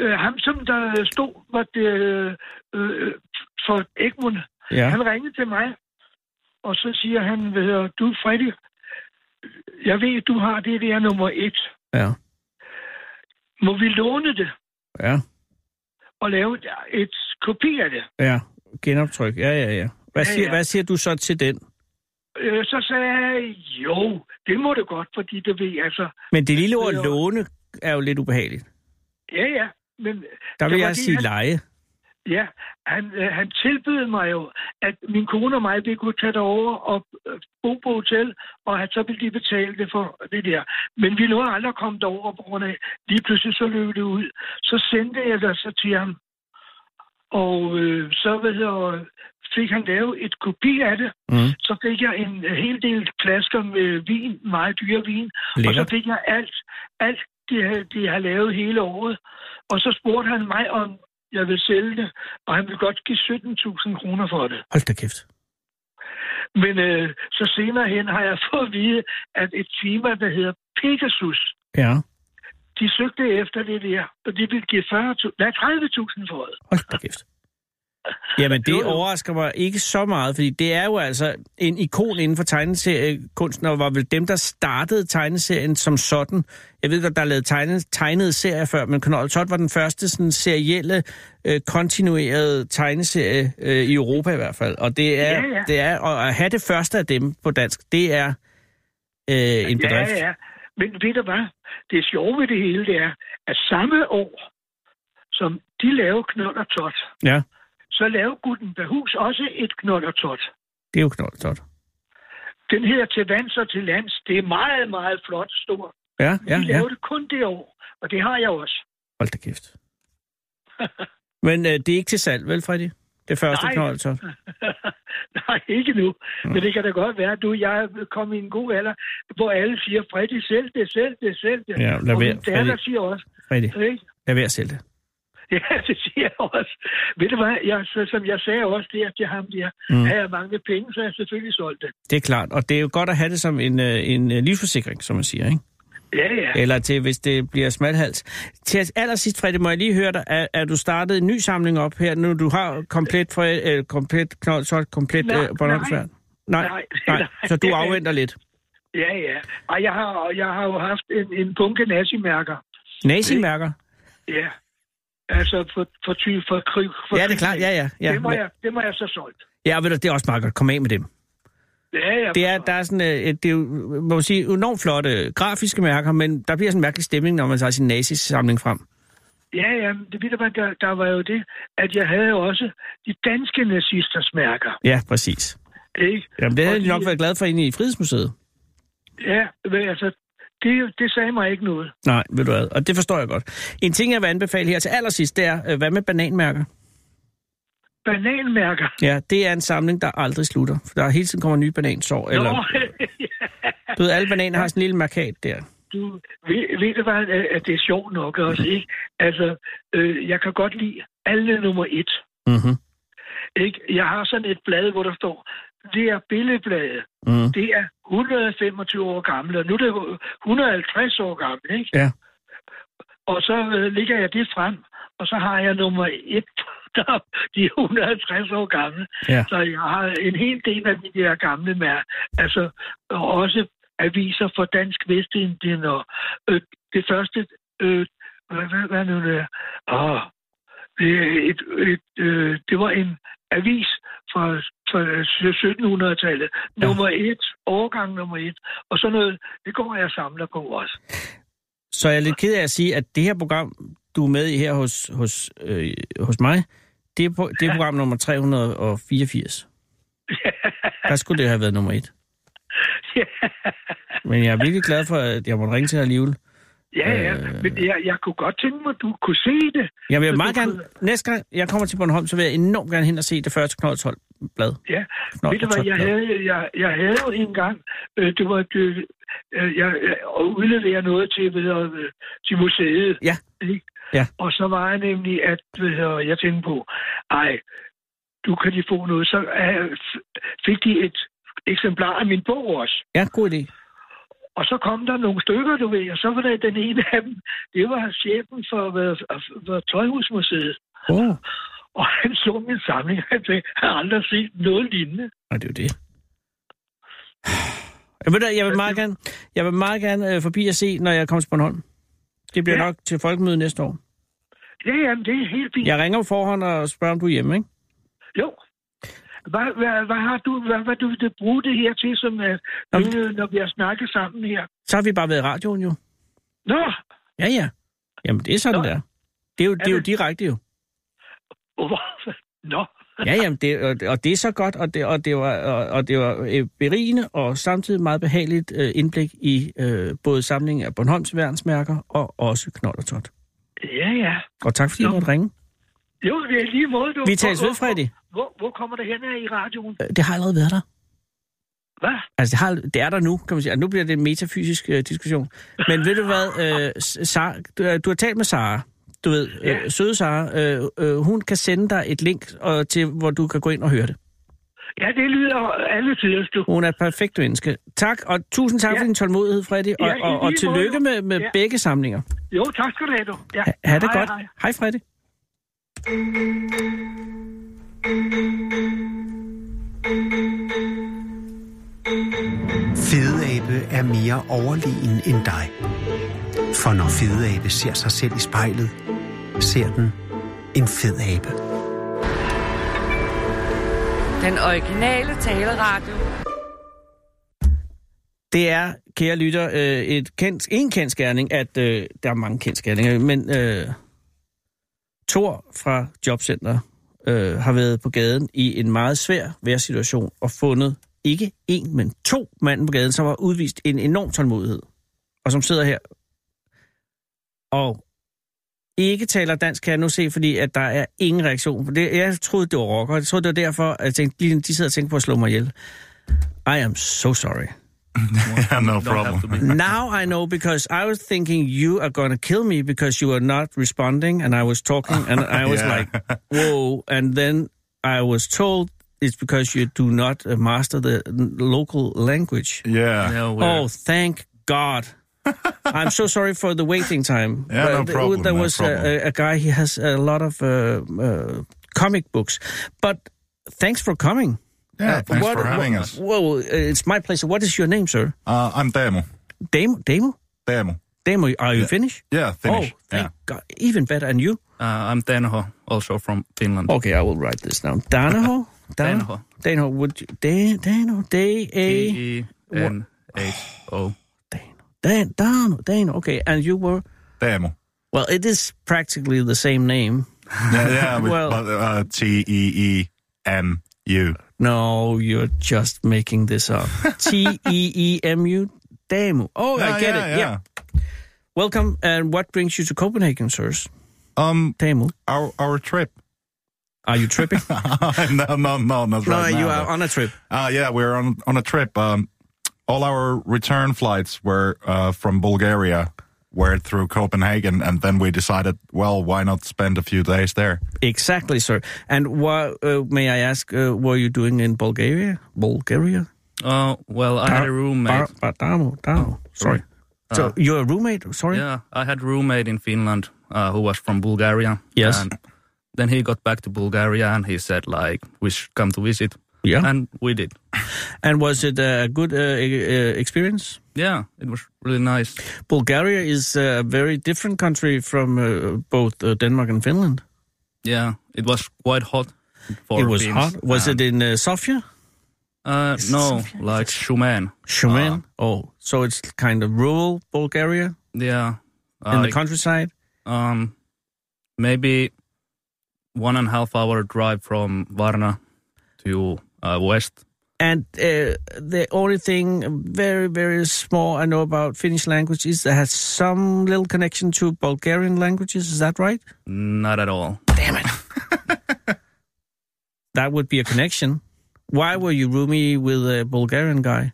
[SPEAKER 3] øh, ham, som der stod var det, øh, øh, for Egmont,
[SPEAKER 4] ja.
[SPEAKER 3] ja. han ringede til mig, og så siger han, hvad hedder, du Freddy, jeg ved, du har det der nummer et.
[SPEAKER 4] ja.
[SPEAKER 3] Må vi låne det
[SPEAKER 4] Ja,
[SPEAKER 3] og lave et, et kopi af det?
[SPEAKER 4] ja. Genoptryk, ja, ja, ja. Hvad
[SPEAKER 3] Ja,
[SPEAKER 4] siger,
[SPEAKER 3] ja.
[SPEAKER 4] hvad siger du så til den?
[SPEAKER 3] Øh, så sagde jeg, jo, det må du godt, fordi det ved altså.
[SPEAKER 4] Men det lille ord
[SPEAKER 3] Det er jo-
[SPEAKER 4] låne er jo lidt ubehageligt.
[SPEAKER 3] Ja, ja, men
[SPEAKER 4] Der
[SPEAKER 3] Det
[SPEAKER 4] vil jeg
[SPEAKER 3] var det,
[SPEAKER 4] sige
[SPEAKER 3] han-
[SPEAKER 4] leje.
[SPEAKER 3] ja, han, øh, han tilbød mig jo, at min kone og mig, vi kunne tage derover og øh, bo på hotel, og at så ville de betale det for det der. Men vi nåede aldrig at komme derover på grund af, lige pludselig så løb det ud. Så sendte jeg det så til ham, og øh, så hvad hedder, fik han lavet et kopi af det.
[SPEAKER 4] Mm.
[SPEAKER 3] Så fik jeg en øh, hel del flasker med vin, meget dyre vin, Og så
[SPEAKER 4] Lækkert.
[SPEAKER 3] fik jeg alt, alt det, havde- de har lavet hele året. Og så spurgte han mig, om jeg ville sælge det, og han ville godt give 17.000 kroner for det.
[SPEAKER 4] Hold da kæft.
[SPEAKER 3] Men øh, så senere hen har jeg fået at vide, at et firma, der hedder Pegasus,
[SPEAKER 4] Ja,
[SPEAKER 3] de søgte efter det der, og de ville give 40.000, nej, 30.000 for det.
[SPEAKER 4] hold da kæft. Jamen, det
[SPEAKER 3] Jo, jo.
[SPEAKER 4] overrasker mig ikke så meget, fordi det er jo altså en ikon inden for tegneseriekunsten, og var vel dem, der startede tegneserien som sådan. Jeg ved godt, der er lavet tegne, tegnede serier før, men Knold Todd var den første sådan, serielle, øh, kontinuerede tegneserie øh, i Europa i hvert fald. Og det er,
[SPEAKER 3] Ja, ja.
[SPEAKER 4] Det er og at have det første af dem på dansk, det er øh, en bedrift.
[SPEAKER 3] Ja, ja. Men ved du hvad? Det sjove ved det hele, det er, at samme år, som de laver knold og tot,
[SPEAKER 4] ja.
[SPEAKER 3] så laver Gutenberghus også et knold og tot.
[SPEAKER 4] det er jo Knold Todd.
[SPEAKER 3] Den hedder Til vands og til lands. Det er meget, meget flot stor.
[SPEAKER 4] Ja,
[SPEAKER 3] De
[SPEAKER 4] ja, ja.
[SPEAKER 3] lavede det kun det år, og det har jeg også.
[SPEAKER 4] Hold da kæft. Men øh, det er ikke til salg, vel, Freddy? Det første
[SPEAKER 3] Nej.
[SPEAKER 4] Knold Todd.
[SPEAKER 3] Nej, ikke nu.
[SPEAKER 4] Mm.
[SPEAKER 3] Men det kan da godt være, at du jeg er kommet i en god alder, hvor alle siger, Freddy, sælg det, sælg det, sælg det.
[SPEAKER 4] Ja, lad
[SPEAKER 3] og
[SPEAKER 4] være,
[SPEAKER 3] min datter
[SPEAKER 4] Freddy.
[SPEAKER 3] siger også,
[SPEAKER 4] Freddy,
[SPEAKER 3] ikke?
[SPEAKER 4] lad være at sælge det.
[SPEAKER 3] Ja, det siger jeg også. Ved du hvad, jeg, så, som jeg sagde også der til ham der,
[SPEAKER 4] Mm.
[SPEAKER 3] mm. havde jeg mange penge, så havde jeg selvfølgelig solgt det.
[SPEAKER 4] Det er klart, og det er jo godt at have det som en, øh, en øh, livsforsikring, som man siger, ikke?
[SPEAKER 3] Ja, ja.
[SPEAKER 4] Eller til, hvis det bliver smalhals. Til allersidst, Freddy, må jeg lige høre dig, er, er du startet en ny samling op her, nu du har komplet, Fred, øh, komplet Knold Todd, komplet
[SPEAKER 3] Nej,
[SPEAKER 4] øh, Bornholmsværd? Nej, nej,
[SPEAKER 3] Nej,
[SPEAKER 4] nej,
[SPEAKER 3] nej.
[SPEAKER 4] så du afventer lidt.
[SPEAKER 3] Ja, ja. Og jeg har, og jeg har jo haft en, en bunke nazimærker.
[SPEAKER 4] Nazimærker?
[SPEAKER 3] Ja. Altså for, for, ty, for krig. For
[SPEAKER 4] Ja, det er klart, ja, ja. ja.
[SPEAKER 3] Det, må jeg, det må jeg så solgt.
[SPEAKER 4] ja ved du, det er også meget godt. Kom af med dem.
[SPEAKER 3] Ja, ja.
[SPEAKER 4] Det er, der er sådan, øh, et, det er jo, må man sige, enormt flotte øh, grafiske mærker, men der bliver sådan en mærkelig stemning, når man tager sin nazisamling frem.
[SPEAKER 3] Ja, ja. men Det ved du hvad, der, der var jo det, at jeg havde også de danske nazisters mærker.
[SPEAKER 4] Ja, præcis.
[SPEAKER 3] Ikke?
[SPEAKER 4] Jamen, det havde
[SPEAKER 3] Og
[SPEAKER 4] de nok været glad for inde i Frihedsmuseet.
[SPEAKER 3] Ja, men altså, det, det sagde mig ikke noget.
[SPEAKER 4] Nej, ved du hvad, og det forstår jeg godt. En ting, jeg vil anbefale her til allersidst, det er, øh, hvad med bananmærker?
[SPEAKER 3] Bananmærker.
[SPEAKER 4] Ja, det er en samling, der aldrig slutter, for der er hele tiden kommer nye banansår. Eller,
[SPEAKER 3] Nå,
[SPEAKER 4] du ved, alle bananer har sådan en lille markat der.
[SPEAKER 3] du, ved, ved du hvad, at- at det er sjovt nok også, ikke? Altså, øh, jeg kan godt lide alle nummer et,
[SPEAKER 4] Mm-hmm.
[SPEAKER 3] ikke? Jeg har sådan et blad, hvor der står, det er billedbladet,
[SPEAKER 4] Mm.
[SPEAKER 3] det er 125 år gammelt, og nu er det jo 150 år gammelt, ikke?
[SPEAKER 4] Ja.
[SPEAKER 3] Og så øh, ligger jeg det frem, og så har jeg nummer et, der de er 150 år gamle.
[SPEAKER 4] Ja.
[SPEAKER 3] Så jeg har en hel del af de der gamle mær. Altså og også aviser for Dansk Vestindien og øh, det første... Øh, hvad, hvad, hvad nu det er? Åh, det, er et, et, øh, det var en avis fra, fra 1700-tallet.
[SPEAKER 4] Ja.
[SPEAKER 3] Nummer et, årgang nummer et. Og sådan noget, det går jeg og samler på også.
[SPEAKER 4] Så jeg er lidt ked af at sige, at det her program, du er med i her hos, hos, øh, hos mig, det er, på, det er program nummer 384. Der skulle det have været nummer et. Men jeg er virkelig glad for, at jeg måtte ringe til dig alligevel.
[SPEAKER 3] Ja, ja,
[SPEAKER 4] Øh.
[SPEAKER 3] men jeg, jeg kunne godt tænke mig, at du kunne se det.
[SPEAKER 4] Jeg vil
[SPEAKER 3] Så
[SPEAKER 4] meget
[SPEAKER 3] du
[SPEAKER 4] gerne, næste gang jeg kommer til Bornholm, så vil jeg enormt gerne hen og se det første Knoldshold blad.
[SPEAKER 3] Ja.
[SPEAKER 4] Nå,
[SPEAKER 3] Ved du hvad,
[SPEAKER 4] tak,
[SPEAKER 3] jeg
[SPEAKER 4] tak.
[SPEAKER 3] havde, jeg, jeg havde jo engang, øh, det var det, øh, jeg, jeg udleverede noget til, ved, øh, til museet.
[SPEAKER 4] Ja.
[SPEAKER 3] Ikke?
[SPEAKER 4] Ja.
[SPEAKER 3] Og så var jeg nemlig, at ved, øh, jeg tænkte på, ej, du kan de få noget. Så øh, fik de et eksemplar af min bog også.
[SPEAKER 4] Ja, god idé.
[SPEAKER 3] Og så kom der nogle stykker, du ved, og så var der den ene af dem, det var chefen for, for, for Tøjhusmuseet.
[SPEAKER 4] Oh.
[SPEAKER 3] Og han så min samling, og han tænkte, jeg har aldrig set noget lignende.
[SPEAKER 4] Og det er jo det. Jeg vil, jeg vil meget gerne, jeg vil meget gerne øh, forbi og se, når jeg kommer til Bornholm. Det bliver ja.
[SPEAKER 3] Ja.
[SPEAKER 4] nok til folkemødet næste år.
[SPEAKER 3] Ja, jamen, det er helt fint. Ja.
[SPEAKER 4] Jeg ringer på forhånd og spørger, om du er hjemme, ikke?
[SPEAKER 3] Jo. Hvad, hvad, hvad, har du, hvad, hvad du vil bruge det her til, som, øh,
[SPEAKER 4] Jamen-
[SPEAKER 3] nu, øh, når vi har snakket sammen her?
[SPEAKER 4] Så har vi bare været i radioen jo.
[SPEAKER 3] Nå,
[SPEAKER 4] Ja, ja. Jamen, det er sådan
[SPEAKER 3] Nå.
[SPEAKER 4] der. Det er jo, det er jo
[SPEAKER 3] det?
[SPEAKER 4] direkte jo.
[SPEAKER 3] hvor- Nå.
[SPEAKER 4] Ja, jamen, det, og, og det er så godt, og det, og det var, og, og det var øh, berigende og samtidig meget behageligt øh, indblik i øh, både samlingen af Bornholms værnsmærker og også Knold og Tot.
[SPEAKER 3] Ja, ja.
[SPEAKER 4] Og tak fordi du
[SPEAKER 3] Nå.
[SPEAKER 4] måtte ringe.
[SPEAKER 3] Jo, det er lige måde, du...
[SPEAKER 4] Vi tales
[SPEAKER 3] Hvor-
[SPEAKER 4] ved, Freddy.
[SPEAKER 3] Hvor, hvor kommer det hen af i radioen?
[SPEAKER 4] Øh, Det har allerede været der.
[SPEAKER 3] Hvad?
[SPEAKER 4] Altså, det, har, det er der nu, kan man sige. Og nu bliver det en metafysisk øh, diskussion. Men ved du hvad, øh, Sara, du, øh, du har talt med Sara. Du ved, øh,
[SPEAKER 3] Ja.
[SPEAKER 4] søde Sara, øh, øh, hun kan sende dig et link, og, til, hvor du kan gå ind og høre det.
[SPEAKER 3] Ja, det lyder alle tider, du.
[SPEAKER 4] Hun er et perfekt menneske. Tak, og tusind tak ja.
[SPEAKER 3] Ja.
[SPEAKER 4] for din tålmodighed, Freddy, og,
[SPEAKER 3] Ja, i
[SPEAKER 4] og, og
[SPEAKER 3] lige
[SPEAKER 4] tillykke
[SPEAKER 3] måde.
[SPEAKER 4] med, med ja.
[SPEAKER 3] Ja.
[SPEAKER 4] begge samlinger.
[SPEAKER 3] Jo, tak skal du have, du. Ja.
[SPEAKER 4] Ha, ha det
[SPEAKER 3] Hej,
[SPEAKER 4] godt.
[SPEAKER 3] hej.
[SPEAKER 4] Hej, Freddy.
[SPEAKER 2] er mere overlegen end dig. For når fedeabe ser sig selv i spejlet, ser den en fed abe.
[SPEAKER 5] Den originale taleradio.
[SPEAKER 4] Det er, kære lytter, øh, et kendt, en kendskærning, at øh, der er mange kendskærninger, men øh, Thor fra Jobcenter øh, har været på gaden i en meget svær værsituation og fundet ikke en, men to mænd på gaden, som har udvist en enorm tålmodighed, og som sidder her og ikke taler dansk, kan jeg nu se, fordi at der er ingen reaktion. på Det, jeg troede, det var rocker. Jeg troede, det var derfor, at jeg tænkte, lige de sidder og tænker på at slå mig ihjel. I am so sorry.
[SPEAKER 6] Yeah, no
[SPEAKER 7] Don't have to
[SPEAKER 6] problem.
[SPEAKER 7] be-
[SPEAKER 4] Now I know because I was thinking you are going to kill me because you are not responding, and I was talking, and I was
[SPEAKER 6] Yeah.
[SPEAKER 4] like, "Whoa!" And then I was told it's because you do not uh, master the n- local language.
[SPEAKER 6] Yeah.
[SPEAKER 7] No way.
[SPEAKER 4] Oh, thank God! I'm so sorry for the waiting time.
[SPEAKER 6] Yeah, no
[SPEAKER 4] th-
[SPEAKER 6] problem,
[SPEAKER 4] There
[SPEAKER 6] no
[SPEAKER 4] was
[SPEAKER 6] problem.
[SPEAKER 4] A, a guy. He has a lot of uh, uh, comic books, but thanks for coming.
[SPEAKER 6] Yeah, thanks
[SPEAKER 4] What-
[SPEAKER 6] for having
[SPEAKER 4] what-
[SPEAKER 6] us.
[SPEAKER 4] Well, it's my pleasure. What is your name, sir?
[SPEAKER 6] Uh, I'm Teemu.
[SPEAKER 4] Damo. Damo.
[SPEAKER 6] Teemu.
[SPEAKER 4] Damo. Are you Finnish?
[SPEAKER 6] Yeah, Finnish.
[SPEAKER 4] Oh,
[SPEAKER 6] yeah.
[SPEAKER 4] thank God. Even better. And you?
[SPEAKER 7] Uh, I'm Tenho, also from Finland.
[SPEAKER 4] Okay, I will write this down. Danaho? Dan-
[SPEAKER 7] Danho.
[SPEAKER 4] Danho. Would you? Dan- Dano. D E. A.
[SPEAKER 7] E T-E-N-H-O.
[SPEAKER 4] Dano. Dan- Dano. Dano. Okay, and you were.
[SPEAKER 6] Teemu.
[SPEAKER 4] Well, it is practically the same name.
[SPEAKER 6] Yeah, yeah. with-
[SPEAKER 4] Well-
[SPEAKER 6] but, uh, E T-E-E-M-U.
[SPEAKER 4] No, you're just making this up. T E E M U. Damu. Oh,
[SPEAKER 6] Yeah,
[SPEAKER 4] I get
[SPEAKER 6] yeah,
[SPEAKER 4] it. Yeah. Welcome. And what brings you to Copenhagen, sirs?
[SPEAKER 6] Um,
[SPEAKER 4] Damu.
[SPEAKER 6] our our trip.
[SPEAKER 4] Are you tripping?
[SPEAKER 6] no, no, no, not
[SPEAKER 4] no,
[SPEAKER 6] right now.
[SPEAKER 4] you
[SPEAKER 6] but-
[SPEAKER 4] are on a trip.
[SPEAKER 6] Uh, yeah, we're on on a trip. Um, all our return flights were uh, from Bulgaria, were through Copenhagen, and then we decided, well, why not spend a few days there?
[SPEAKER 4] Exactly, sir. And what, uh, may I ask, uh, were you doing in Bulgaria? Bulgaria?
[SPEAKER 7] Uh, well, I had a roommate.
[SPEAKER 4] Bar, Bartamo, Damo. Oh, Sorry. Uh. So you're a roommate? Sorry.
[SPEAKER 7] Yeah, I had roommate in Finland uh, who was from Bulgaria.
[SPEAKER 4] Yes.
[SPEAKER 7] And then he got back to Bulgaria and he said, like, we should come to visit.
[SPEAKER 4] Yeah.
[SPEAKER 7] And we did.
[SPEAKER 4] And was it a good uh, e- uh, experience?
[SPEAKER 7] Yeah, it was really nice.
[SPEAKER 4] Bulgaria is a very different country from uh, both uh, Denmark and Finland.
[SPEAKER 7] Yeah, it was quite hot. for
[SPEAKER 4] it was
[SPEAKER 7] beans
[SPEAKER 4] hot. Was
[SPEAKER 7] and-
[SPEAKER 4] it in uh, Sofia?
[SPEAKER 7] Uh,
[SPEAKER 4] Is it
[SPEAKER 7] no,
[SPEAKER 4] Sofia?
[SPEAKER 7] like Shumen.
[SPEAKER 4] Shumen? oh, so it's kind of rural Bulgaria
[SPEAKER 7] Yeah.
[SPEAKER 4] in the
[SPEAKER 7] like,
[SPEAKER 4] countryside?
[SPEAKER 7] um, maybe one and a half hour drive from Varna to uh, west.
[SPEAKER 4] And uh, the only thing very, very small I know about Finnish language is that has some little connection to Bulgarian languages. Is that right?
[SPEAKER 7] Not at all.
[SPEAKER 4] that would be a connection. Why were you roomie with a Bulgarian guy?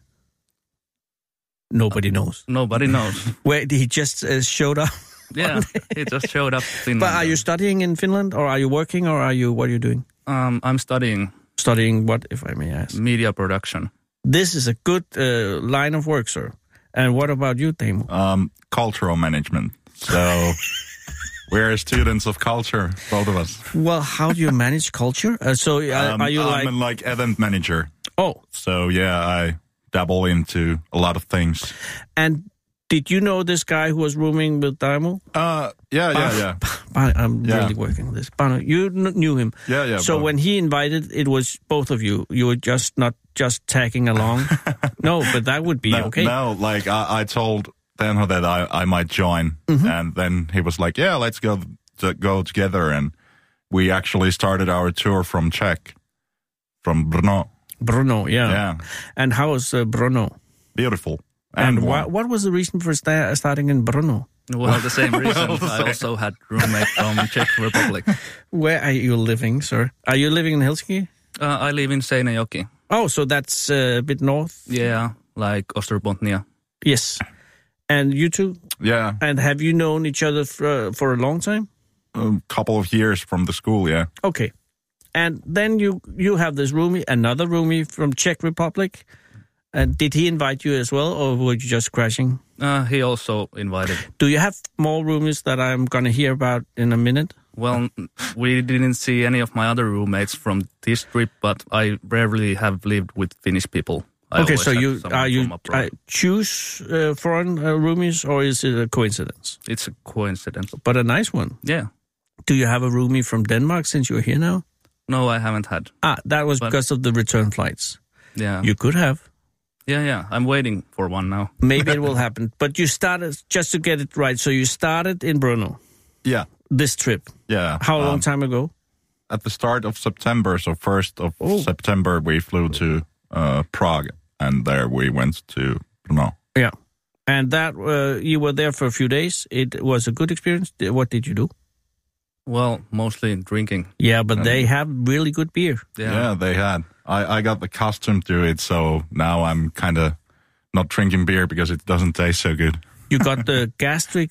[SPEAKER 4] Nobody knows.
[SPEAKER 7] Nobody knows.
[SPEAKER 4] Where he just uh, showed up.
[SPEAKER 7] yeah, it just showed up. In
[SPEAKER 4] But are you studying in Finland, or are you working, or are you what are you doing?
[SPEAKER 7] um, I'm studying
[SPEAKER 4] Studying what, if I may ask?
[SPEAKER 7] media production.
[SPEAKER 4] This is a good uh, line of work, sir. And what about you, Timo?
[SPEAKER 6] Um, cultural management. So we're students of culture, both of us.
[SPEAKER 4] Well, how do you manage culture? Uh, so are,
[SPEAKER 6] Um,
[SPEAKER 4] are you
[SPEAKER 6] I'm
[SPEAKER 4] like,
[SPEAKER 6] a, like event manager?
[SPEAKER 4] oh,
[SPEAKER 6] So yeah, I dabble into a lot of things.
[SPEAKER 4] and did you know this guy who was rooming with Daimo?
[SPEAKER 6] Uh, yeah, yeah, yeah,
[SPEAKER 4] Barno, I'm
[SPEAKER 6] Yeah.
[SPEAKER 4] really working on this. Barno, you kn- knew him.
[SPEAKER 6] yeah, yeah.
[SPEAKER 4] so
[SPEAKER 6] but-
[SPEAKER 4] when he invited, it was both of you. You were just not just tagging along. no, but that would be
[SPEAKER 6] no,
[SPEAKER 4] okay.
[SPEAKER 6] no, like I, I told Danho that I, I might join,
[SPEAKER 4] Mm-hmm.
[SPEAKER 6] and then he was like, "Yeah, let's go to, go together." And we actually started our tour from Czech, from Brno.
[SPEAKER 4] Bruno, yeah.
[SPEAKER 6] Yeah,
[SPEAKER 4] And how was uh, Bruno?
[SPEAKER 6] beautiful.
[SPEAKER 4] And, wha-
[SPEAKER 6] warm.
[SPEAKER 4] what was the reason for sta- starting in Bruno?
[SPEAKER 7] Well, the same reason.
[SPEAKER 6] the
[SPEAKER 7] I
[SPEAKER 6] same.
[SPEAKER 7] also had roommate from Czech Republic. Uh,
[SPEAKER 4] Where are you living, sir? Are you living in Helsinki?
[SPEAKER 7] Uh, I live in Seinäjoki.
[SPEAKER 4] Oh, so that's uh, a bit north.
[SPEAKER 7] Yeah, like Österbotnia.
[SPEAKER 4] Yes. And you two?
[SPEAKER 6] yeah,
[SPEAKER 4] And have you known each other for, uh, for a long time?
[SPEAKER 6] a couple of years from the school. Yeah,
[SPEAKER 4] Okay. And then you you have this roomie, another roomie from Czech Republic. And did he invite you as well, or were you just crashing?
[SPEAKER 7] Uh, he also invited.
[SPEAKER 4] Do you have more roomies that I'm going to hear about in a minute?
[SPEAKER 7] Well, we didn't see any of my other roommates from this trip, but I rarely have lived with Finnish people. I I
[SPEAKER 4] okay,
[SPEAKER 7] always
[SPEAKER 4] so
[SPEAKER 7] had
[SPEAKER 4] you
[SPEAKER 7] someone
[SPEAKER 4] are you
[SPEAKER 7] from abroad.
[SPEAKER 4] uh, choose uh, foreign uh, roomies or is it a coincidence?
[SPEAKER 7] It's a coincidence.
[SPEAKER 4] But a nice one.
[SPEAKER 7] Yeah.
[SPEAKER 4] Do you have a roomie from Denmark since you're here now?
[SPEAKER 7] No, I haven't had.
[SPEAKER 4] Ah, that was
[SPEAKER 7] But-
[SPEAKER 4] because of the return flights.
[SPEAKER 7] Yeah.
[SPEAKER 4] You could have.
[SPEAKER 7] yeah, yeah. I'm waiting for one now.
[SPEAKER 4] Maybe it will happen. But you started just to get it right. So you started in Brno
[SPEAKER 6] Yeah.
[SPEAKER 4] this trip.
[SPEAKER 6] Yeah.
[SPEAKER 4] How long
[SPEAKER 6] um,
[SPEAKER 4] time ago?
[SPEAKER 6] At the start of September, so 1st of September, we flew to uh, Prague and there we went to Brno.
[SPEAKER 4] Yeah. And that uh, you were there for a few days. It was a good experience. Th- What did you do?
[SPEAKER 7] Well, mostly drinking.
[SPEAKER 4] Yeah, but they
[SPEAKER 6] Um,
[SPEAKER 4] have really good beer.
[SPEAKER 7] Yeah.
[SPEAKER 6] Yeah, they had. I, I got the costume to it, so now I'm kind of not drinking beer because it doesn't taste so good.
[SPEAKER 4] You got the gastric.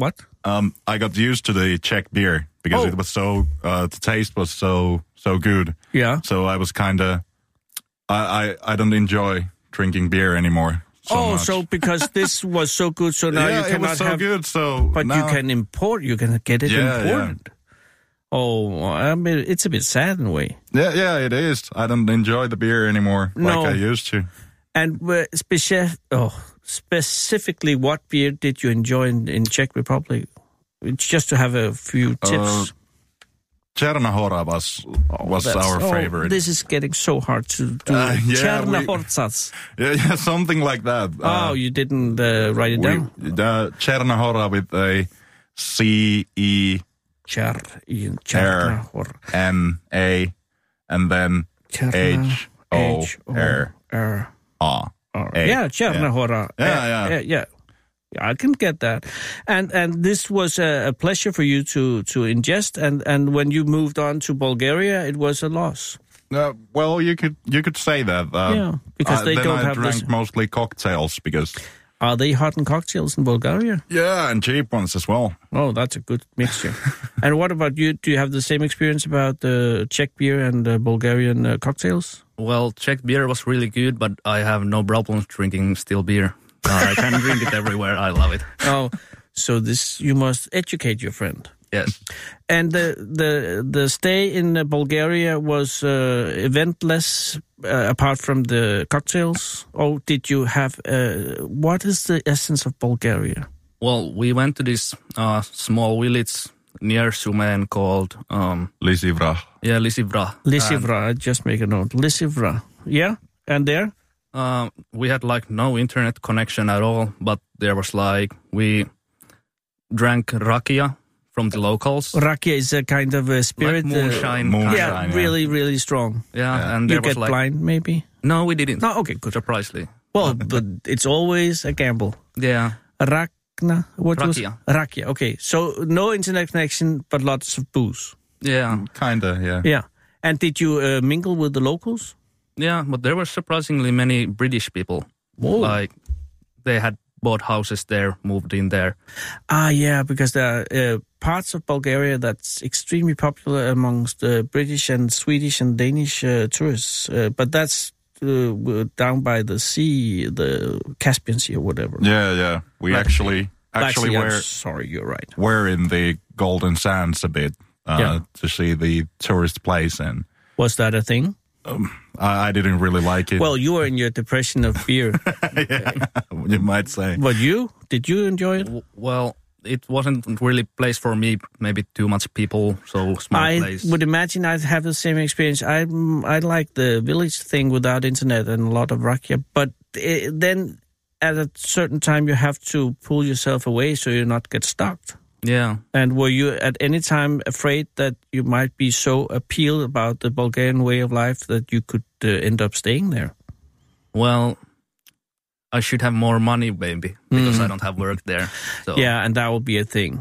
[SPEAKER 4] What?
[SPEAKER 6] Um, I got used to the Czech beer because
[SPEAKER 4] Oh.
[SPEAKER 6] it was so uh, the taste was so so good.
[SPEAKER 4] Yeah.
[SPEAKER 6] So I was kind of I, I I don't enjoy drinking beer anymore. So
[SPEAKER 4] oh,
[SPEAKER 6] much.
[SPEAKER 4] so because this was so good, so now
[SPEAKER 6] yeah,
[SPEAKER 4] you
[SPEAKER 6] it
[SPEAKER 4] cannot
[SPEAKER 6] was so
[SPEAKER 4] have.
[SPEAKER 6] good. So
[SPEAKER 4] But
[SPEAKER 6] now-
[SPEAKER 4] you can import. You can get it
[SPEAKER 6] Yeah, yeah.
[SPEAKER 4] imported. Oh, I mean, it's a bit sad in a way.
[SPEAKER 6] Yeah, yeah, it is. I don't enjoy the beer anymore
[SPEAKER 4] No.
[SPEAKER 6] like I used to.
[SPEAKER 4] And uh, speci- oh, specifically, what beer did you enjoy in, in Czech Republic? It's just to have a few
[SPEAKER 6] Uh,
[SPEAKER 4] tips.
[SPEAKER 6] Chernohora was was
[SPEAKER 4] That's-
[SPEAKER 6] our
[SPEAKER 4] oh,
[SPEAKER 6] favorite.
[SPEAKER 4] This is getting so hard to do.
[SPEAKER 6] Uh, yeah, we-
[SPEAKER 4] Černá horcaz.
[SPEAKER 6] Yeah, yeah, something like that.
[SPEAKER 4] oh, you didn't uh, write it
[SPEAKER 6] we,
[SPEAKER 4] down?
[SPEAKER 6] uh, Chernohora with a C E
[SPEAKER 4] Čer,
[SPEAKER 6] Err.
[SPEAKER 4] Černá hor.
[SPEAKER 6] N A and then
[SPEAKER 4] Černá-
[SPEAKER 6] H O
[SPEAKER 4] H O
[SPEAKER 6] R
[SPEAKER 4] R.
[SPEAKER 6] A.
[SPEAKER 4] Or-
[SPEAKER 6] Eh,
[SPEAKER 4] yeah, Cherna Hora.
[SPEAKER 6] Yeah,
[SPEAKER 4] Eh,
[SPEAKER 6] yeah.
[SPEAKER 4] eh, yeah. Yeah, I can get that, and and this was a, a pleasure for you to to ingest, and and when you moved on to Bulgaria, it was a loss.
[SPEAKER 6] Uh, well, you could you could say that. Uh,
[SPEAKER 4] Yeah, because
[SPEAKER 6] I-
[SPEAKER 4] they
[SPEAKER 6] then
[SPEAKER 4] don't
[SPEAKER 6] I
[SPEAKER 4] have
[SPEAKER 6] drank
[SPEAKER 4] this-
[SPEAKER 6] mostly cocktails because
[SPEAKER 4] Are they hot and cocktails in Bulgaria?
[SPEAKER 6] yeah, and cheap ones as well.
[SPEAKER 4] Oh, that's a good mixture. and what about you? Do you have the same experience about uh, Czech beer and uh, Bulgarian uh, cocktails?
[SPEAKER 7] Well, Czech beer was really good, but I have no problems drinking still beer. Uh, I can drink it everywhere. I love it.
[SPEAKER 4] Oh, so this you must educate your friend.
[SPEAKER 7] Yes.
[SPEAKER 4] And the the the stay in uh, Bulgaria was uh, eventless, uh, apart from the cocktails. Or did you have? Uh, what is the essence of Bulgaria?
[SPEAKER 7] Well, we went to this uh, small village near Sumen called um,
[SPEAKER 6] Lisivra.
[SPEAKER 7] yeah Lisivra.
[SPEAKER 4] Lisivra. I just make a note. Lisivra. Yeah, and there.
[SPEAKER 7] Um, we had like no internet connection at all, but there was like we drank rakia from the locals,
[SPEAKER 4] Rakia is a kind of a
[SPEAKER 7] like
[SPEAKER 4] spirit. uh,
[SPEAKER 7] moonshine.
[SPEAKER 6] moonshine.
[SPEAKER 4] yeah,
[SPEAKER 6] yeah.
[SPEAKER 4] really, really strong.
[SPEAKER 7] yeah, and there
[SPEAKER 4] You
[SPEAKER 7] was
[SPEAKER 4] get
[SPEAKER 7] like
[SPEAKER 4] blind, maybe.
[SPEAKER 7] no, we didn't.
[SPEAKER 4] No, okay, good.
[SPEAKER 7] Surprisingly,
[SPEAKER 4] Well, but it's always a gamble.
[SPEAKER 7] yeah,
[SPEAKER 4] Rakna, what was
[SPEAKER 7] Rakia.
[SPEAKER 4] Rakia? Okay, so no internet connection, but lots of booze.
[SPEAKER 7] yeah,
[SPEAKER 6] Kinda, yeah.
[SPEAKER 4] Yeah. And did you uh, mingle with the locals?
[SPEAKER 7] yeah. But there were surprisingly many British people. Like they had bought houses there, moved in there.
[SPEAKER 4] Ah, yeah, because there are uh, parts of Bulgaria that's extremely popular amongst uh, British and Swedish and Danish uh, tourists. Uh, but that's uh, w- down by the sea, the Caspian Sea or whatever.
[SPEAKER 6] Yeah, yeah. We
[SPEAKER 4] Black
[SPEAKER 6] actually actually
[SPEAKER 4] Actually, I'm
[SPEAKER 6] were
[SPEAKER 4] sorry, you're right.
[SPEAKER 6] were in the Golden Sands a bit uh,
[SPEAKER 4] Yeah.
[SPEAKER 6] to see the tourist place, and
[SPEAKER 4] Was that a thing?
[SPEAKER 6] I, I didn't really like it.
[SPEAKER 4] Well, you were in your depression of fear.
[SPEAKER 6] you might say.
[SPEAKER 4] but you? Did you enjoy it?
[SPEAKER 7] W- well, it wasn't really place for me. Maybe too much people, so small
[SPEAKER 4] I
[SPEAKER 7] place.
[SPEAKER 4] would imagine I'd have the same experience. I mm, I like the village thing without internet and a lot of rakia, but eh, then at a certain time you have to pull yourself away so you not get stalked.
[SPEAKER 7] yeah.
[SPEAKER 4] And were you at any time afraid that you might be so appealed about the Bulgarian way of life that you could uh, end up staying there?
[SPEAKER 7] Well, I should have more money, maybe, because I don't have work there. So
[SPEAKER 4] Mm. Yeah, and that will be a thing.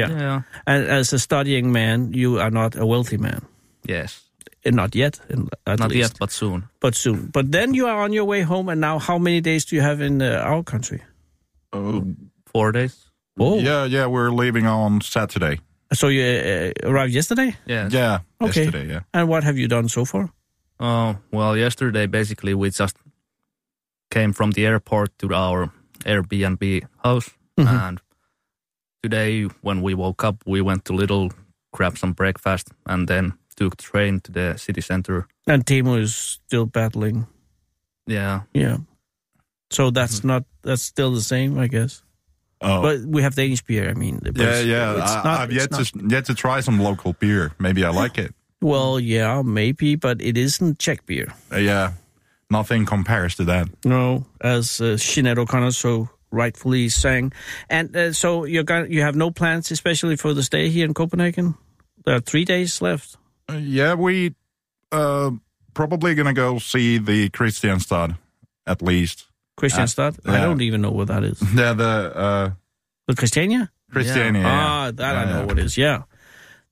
[SPEAKER 4] Yeah.
[SPEAKER 7] yeah,
[SPEAKER 4] And as a studying man, you are not a wealthy man.
[SPEAKER 7] yes,
[SPEAKER 4] Eh, Not yet, in- at
[SPEAKER 7] not
[SPEAKER 4] least.
[SPEAKER 7] yet, but soon.
[SPEAKER 4] but soon. But then you are on your way home, and now how many days do you have in uh, our country?
[SPEAKER 7] Four days.
[SPEAKER 4] Oh,
[SPEAKER 6] Yeah, yeah. We're leaving on Saturday.
[SPEAKER 4] so you uh, arrived yesterday,
[SPEAKER 7] Yes.
[SPEAKER 6] Yeah,
[SPEAKER 4] Okay.
[SPEAKER 6] yesterday. Yeah.
[SPEAKER 4] and what have you done so far?
[SPEAKER 7] Oh well, yesterday basically we just came from the airport to our Airbnb house,
[SPEAKER 4] Mm-hmm.
[SPEAKER 7] and today when we woke up, we went to Little, grabbed some breakfast, and then took train to the city center.
[SPEAKER 4] And Timo is still battling
[SPEAKER 7] Yeah.
[SPEAKER 4] Yeah. So that's not that's still the same, I guess.
[SPEAKER 6] Mm-hmm. Oh.
[SPEAKER 4] But we have Danish beer. I mean, but
[SPEAKER 6] yeah,
[SPEAKER 4] it's-
[SPEAKER 6] yeah.
[SPEAKER 4] it's
[SPEAKER 6] I,
[SPEAKER 4] not-
[SPEAKER 6] I've
[SPEAKER 4] it's
[SPEAKER 6] yet
[SPEAKER 4] not-
[SPEAKER 6] to yet to try some local beer. Maybe I like it.
[SPEAKER 4] Well, yeah, maybe, but it isn't Czech beer.
[SPEAKER 6] Uh, yeah, nothing compares to that.
[SPEAKER 4] No, as uh, Sinead O'Connor so rightfully sang. And uh, so you're going you have no plans, especially for the stay here in Copenhagen. There are three days left.
[SPEAKER 6] Uh, yeah, we uh, probably gonna go see the Christianstad at least.
[SPEAKER 4] Christianstad. I
[SPEAKER 6] yeah.
[SPEAKER 4] don't even know what that is.
[SPEAKER 6] Yeah, the uh,
[SPEAKER 4] The Christiania?
[SPEAKER 6] Christiania. yeah.
[SPEAKER 4] Ah, that I
[SPEAKER 6] Yeah,
[SPEAKER 4] know
[SPEAKER 6] yeah.
[SPEAKER 4] what it is. Yeah,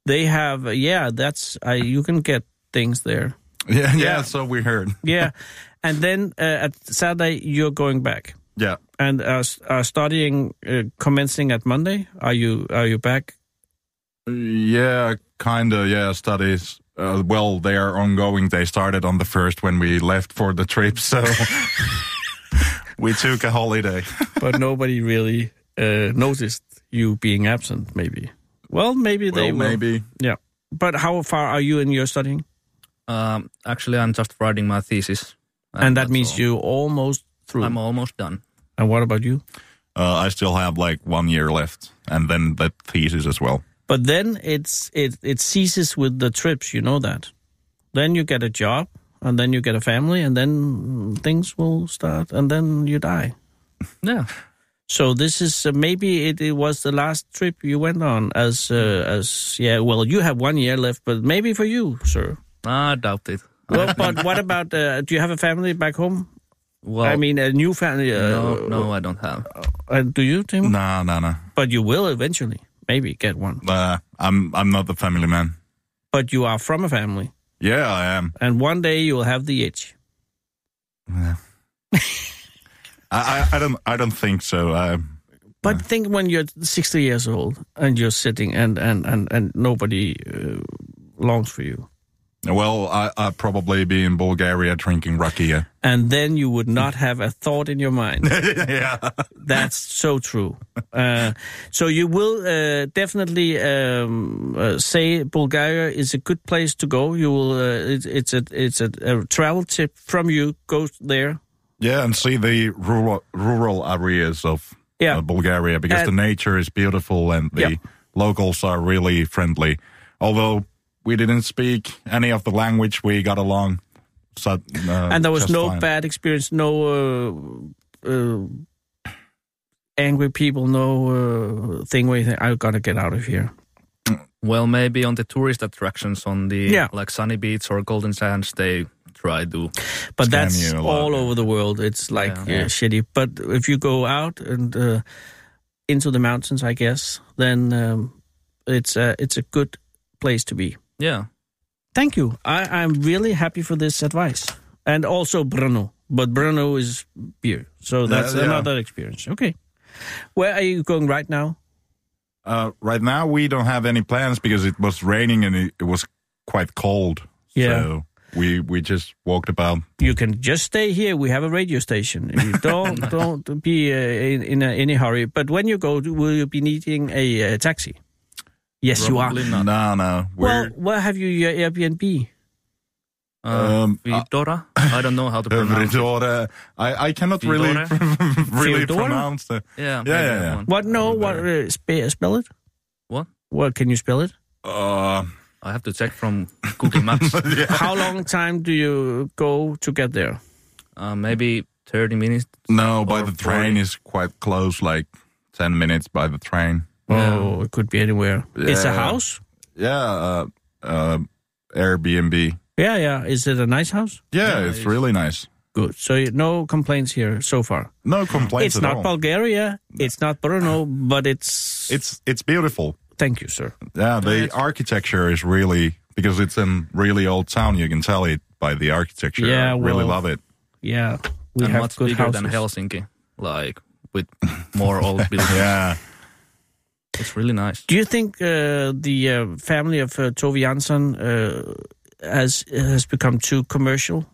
[SPEAKER 4] they have. Yeah, that's I. You can get things there.
[SPEAKER 6] yeah, yeah, So we heard.
[SPEAKER 4] Yeah, and then uh, at Saturday you're going back
[SPEAKER 6] Yeah,
[SPEAKER 4] and are, are studying uh, commencing at Monday. Are you are you back?
[SPEAKER 6] yeah, kinda. Yeah, studies. Uh, well, they are ongoing. They started on the first when we left for the trip, so we took a holiday.
[SPEAKER 4] But nobody really uh, noticed you being absent. Maybe. Well, maybe they
[SPEAKER 6] well,
[SPEAKER 4] will.
[SPEAKER 6] maybe.
[SPEAKER 4] Yeah. But how far are you in your studying?
[SPEAKER 7] Um, actually, I'm just writing my thesis.
[SPEAKER 4] And that
[SPEAKER 7] that's
[SPEAKER 4] means
[SPEAKER 7] all.
[SPEAKER 4] you almost through.
[SPEAKER 7] I'm almost done.
[SPEAKER 4] and what about you?
[SPEAKER 6] Uh, I still have like one year left, and then the thesis as well.
[SPEAKER 4] But then it's it it ceases with the trips, you know that. Then you get a job, and then you get a family, and then things will start, and then you die.
[SPEAKER 7] Yeah.
[SPEAKER 4] So this is uh, maybe it, it was the last trip you went on as uh, as yeah. Well, you have one year left, but maybe for you, sir.
[SPEAKER 7] I doubt it.
[SPEAKER 4] Well, but what about? Uh, do you have a family back home?
[SPEAKER 7] Well,
[SPEAKER 4] I mean, a new family. Uh,
[SPEAKER 7] no, no, I don't have.
[SPEAKER 4] uh, do you, Tim?
[SPEAKER 6] No, no, no.
[SPEAKER 4] But you will eventually, maybe get one.
[SPEAKER 6] Uh, I'm I'm not the family man.
[SPEAKER 4] But you are from a family,
[SPEAKER 6] Yeah, I am.
[SPEAKER 4] and one day you will have the itch.
[SPEAKER 6] I, I, I don't I don't think so. Uh, I,
[SPEAKER 4] But think when you're 60 years old and you're sitting and and and, and nobody uh, longs for you,
[SPEAKER 6] well, I I probably be in Bulgaria drinking rakia.
[SPEAKER 4] and then you would not have a thought in your mind.
[SPEAKER 6] yeah,
[SPEAKER 4] That's so true. Uh, so you will uh, definitely um, uh, say Bulgaria is a good place to go. You will. Uh, it's it's a it's a, a travel tip from you. Go there.
[SPEAKER 6] yeah, and see the rural rural areas of
[SPEAKER 4] Yeah.
[SPEAKER 6] uh, Bulgaria because
[SPEAKER 4] And-
[SPEAKER 6] the nature is beautiful and the
[SPEAKER 4] Yeah.
[SPEAKER 6] locals are really friendly. Although we didn't speak any of the language, we got along. So, uh,
[SPEAKER 4] and there was
[SPEAKER 6] just
[SPEAKER 4] no
[SPEAKER 6] fine.
[SPEAKER 4] bad experience, no uh, uh, angry people, no uh, thing where you think, I've got to get out of here.
[SPEAKER 7] Well, maybe on the tourist attractions on the
[SPEAKER 4] Yeah.
[SPEAKER 7] like Sunny Beach or Golden Sands, they try to.
[SPEAKER 4] But
[SPEAKER 6] Scam
[SPEAKER 4] that's
[SPEAKER 6] you a lot,
[SPEAKER 4] all
[SPEAKER 6] yeah.
[SPEAKER 4] over the world. It's like
[SPEAKER 7] Yeah.
[SPEAKER 4] uh,
[SPEAKER 7] Yeah.
[SPEAKER 4] shitty. But if you go out and uh, into the mountains, I guess, then um, it's a, it's a good place to be.
[SPEAKER 7] Yeah.
[SPEAKER 4] Thank you. I, I'm really happy for this advice. And also Bruno. But Bruno is beer. So that's
[SPEAKER 6] yeah.
[SPEAKER 4] another experience. Okay. Where are you going right now?
[SPEAKER 6] Uh, right now, we don't have any plans because it was raining and it, it was quite cold.
[SPEAKER 4] Yeah.
[SPEAKER 6] So we we just walked about.
[SPEAKER 4] you can just stay here. We have a radio station. You don't don't be uh, in, in a, any hurry. But when you go, will you be needing a, uh taxi? Yes, you
[SPEAKER 7] Probably
[SPEAKER 4] are.
[SPEAKER 7] not.
[SPEAKER 6] No, no.
[SPEAKER 4] Well,
[SPEAKER 6] We're,
[SPEAKER 4] where have you your Airbnb?
[SPEAKER 7] Uh,
[SPEAKER 6] Um, uh,
[SPEAKER 7] Vidora? I don't know how to pronounce it.
[SPEAKER 6] Fedora- I, I cannot really really
[SPEAKER 4] Fedora?
[SPEAKER 6] pronounce the.
[SPEAKER 7] Yeah.
[SPEAKER 6] Yeah,
[SPEAKER 7] maybe
[SPEAKER 6] yeah,
[SPEAKER 7] that
[SPEAKER 6] yeah.
[SPEAKER 7] one.
[SPEAKER 4] What? No.
[SPEAKER 7] Probably
[SPEAKER 4] What?
[SPEAKER 7] better.
[SPEAKER 4] Uh, spe- spell it.
[SPEAKER 7] What?
[SPEAKER 4] What? Can you spell it?
[SPEAKER 6] Uh,
[SPEAKER 7] I have to check from Google Maps.
[SPEAKER 4] How long time do you go to get there?
[SPEAKER 7] uh, maybe 30 minutes.
[SPEAKER 6] no, by
[SPEAKER 7] Or
[SPEAKER 6] the train
[SPEAKER 7] forty.
[SPEAKER 6] is quite close, like ten minutes by the train.
[SPEAKER 4] Oh, it could be anywhere. It's a
[SPEAKER 6] Yeah.
[SPEAKER 4] house.
[SPEAKER 6] Yeah, uh, uh, Airbnb.
[SPEAKER 4] Yeah, yeah. Is it a nice house?
[SPEAKER 6] Yeah, it's really nice.
[SPEAKER 4] Good. So you- no complaints here so far.
[SPEAKER 6] No complaints
[SPEAKER 4] it's
[SPEAKER 6] at
[SPEAKER 4] not
[SPEAKER 6] all.
[SPEAKER 4] Bulgaria. It's not Brno, but it's.
[SPEAKER 6] It's it's beautiful.
[SPEAKER 4] Thank you, sir.
[SPEAKER 6] Yeah, the architecture is really because it's in really old town. You can tell it by the architecture.
[SPEAKER 4] Yeah,
[SPEAKER 6] I really
[SPEAKER 4] well,
[SPEAKER 6] love it.
[SPEAKER 4] Yeah, we
[SPEAKER 7] and
[SPEAKER 4] have
[SPEAKER 7] much
[SPEAKER 4] good
[SPEAKER 7] bigger
[SPEAKER 4] houses.
[SPEAKER 7] than Helsinki. Like, with more old buildings.
[SPEAKER 6] Yeah,
[SPEAKER 7] It's really nice.
[SPEAKER 4] Do you think uh, the uh, family of uh, Tove Jansson uh, has has become too commercial?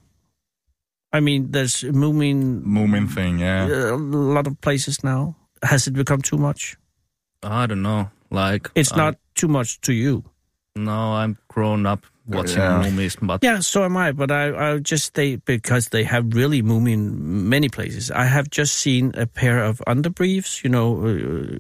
[SPEAKER 4] I mean, there's
[SPEAKER 7] Mm.
[SPEAKER 4] moving
[SPEAKER 6] Moomin thing.
[SPEAKER 4] uh,
[SPEAKER 6] Yeah,
[SPEAKER 4] a lot of places now. Has it become too much?
[SPEAKER 7] I don't know. Like,
[SPEAKER 4] It's
[SPEAKER 7] I-
[SPEAKER 4] not too much to you.
[SPEAKER 7] No, I'm grown up watching
[SPEAKER 6] Yeah.
[SPEAKER 7] movies, but
[SPEAKER 4] Yeah, so am I. But I, I would just stay because they have really moved in many places. I have just seen a pair of underbriefs, you know, uh,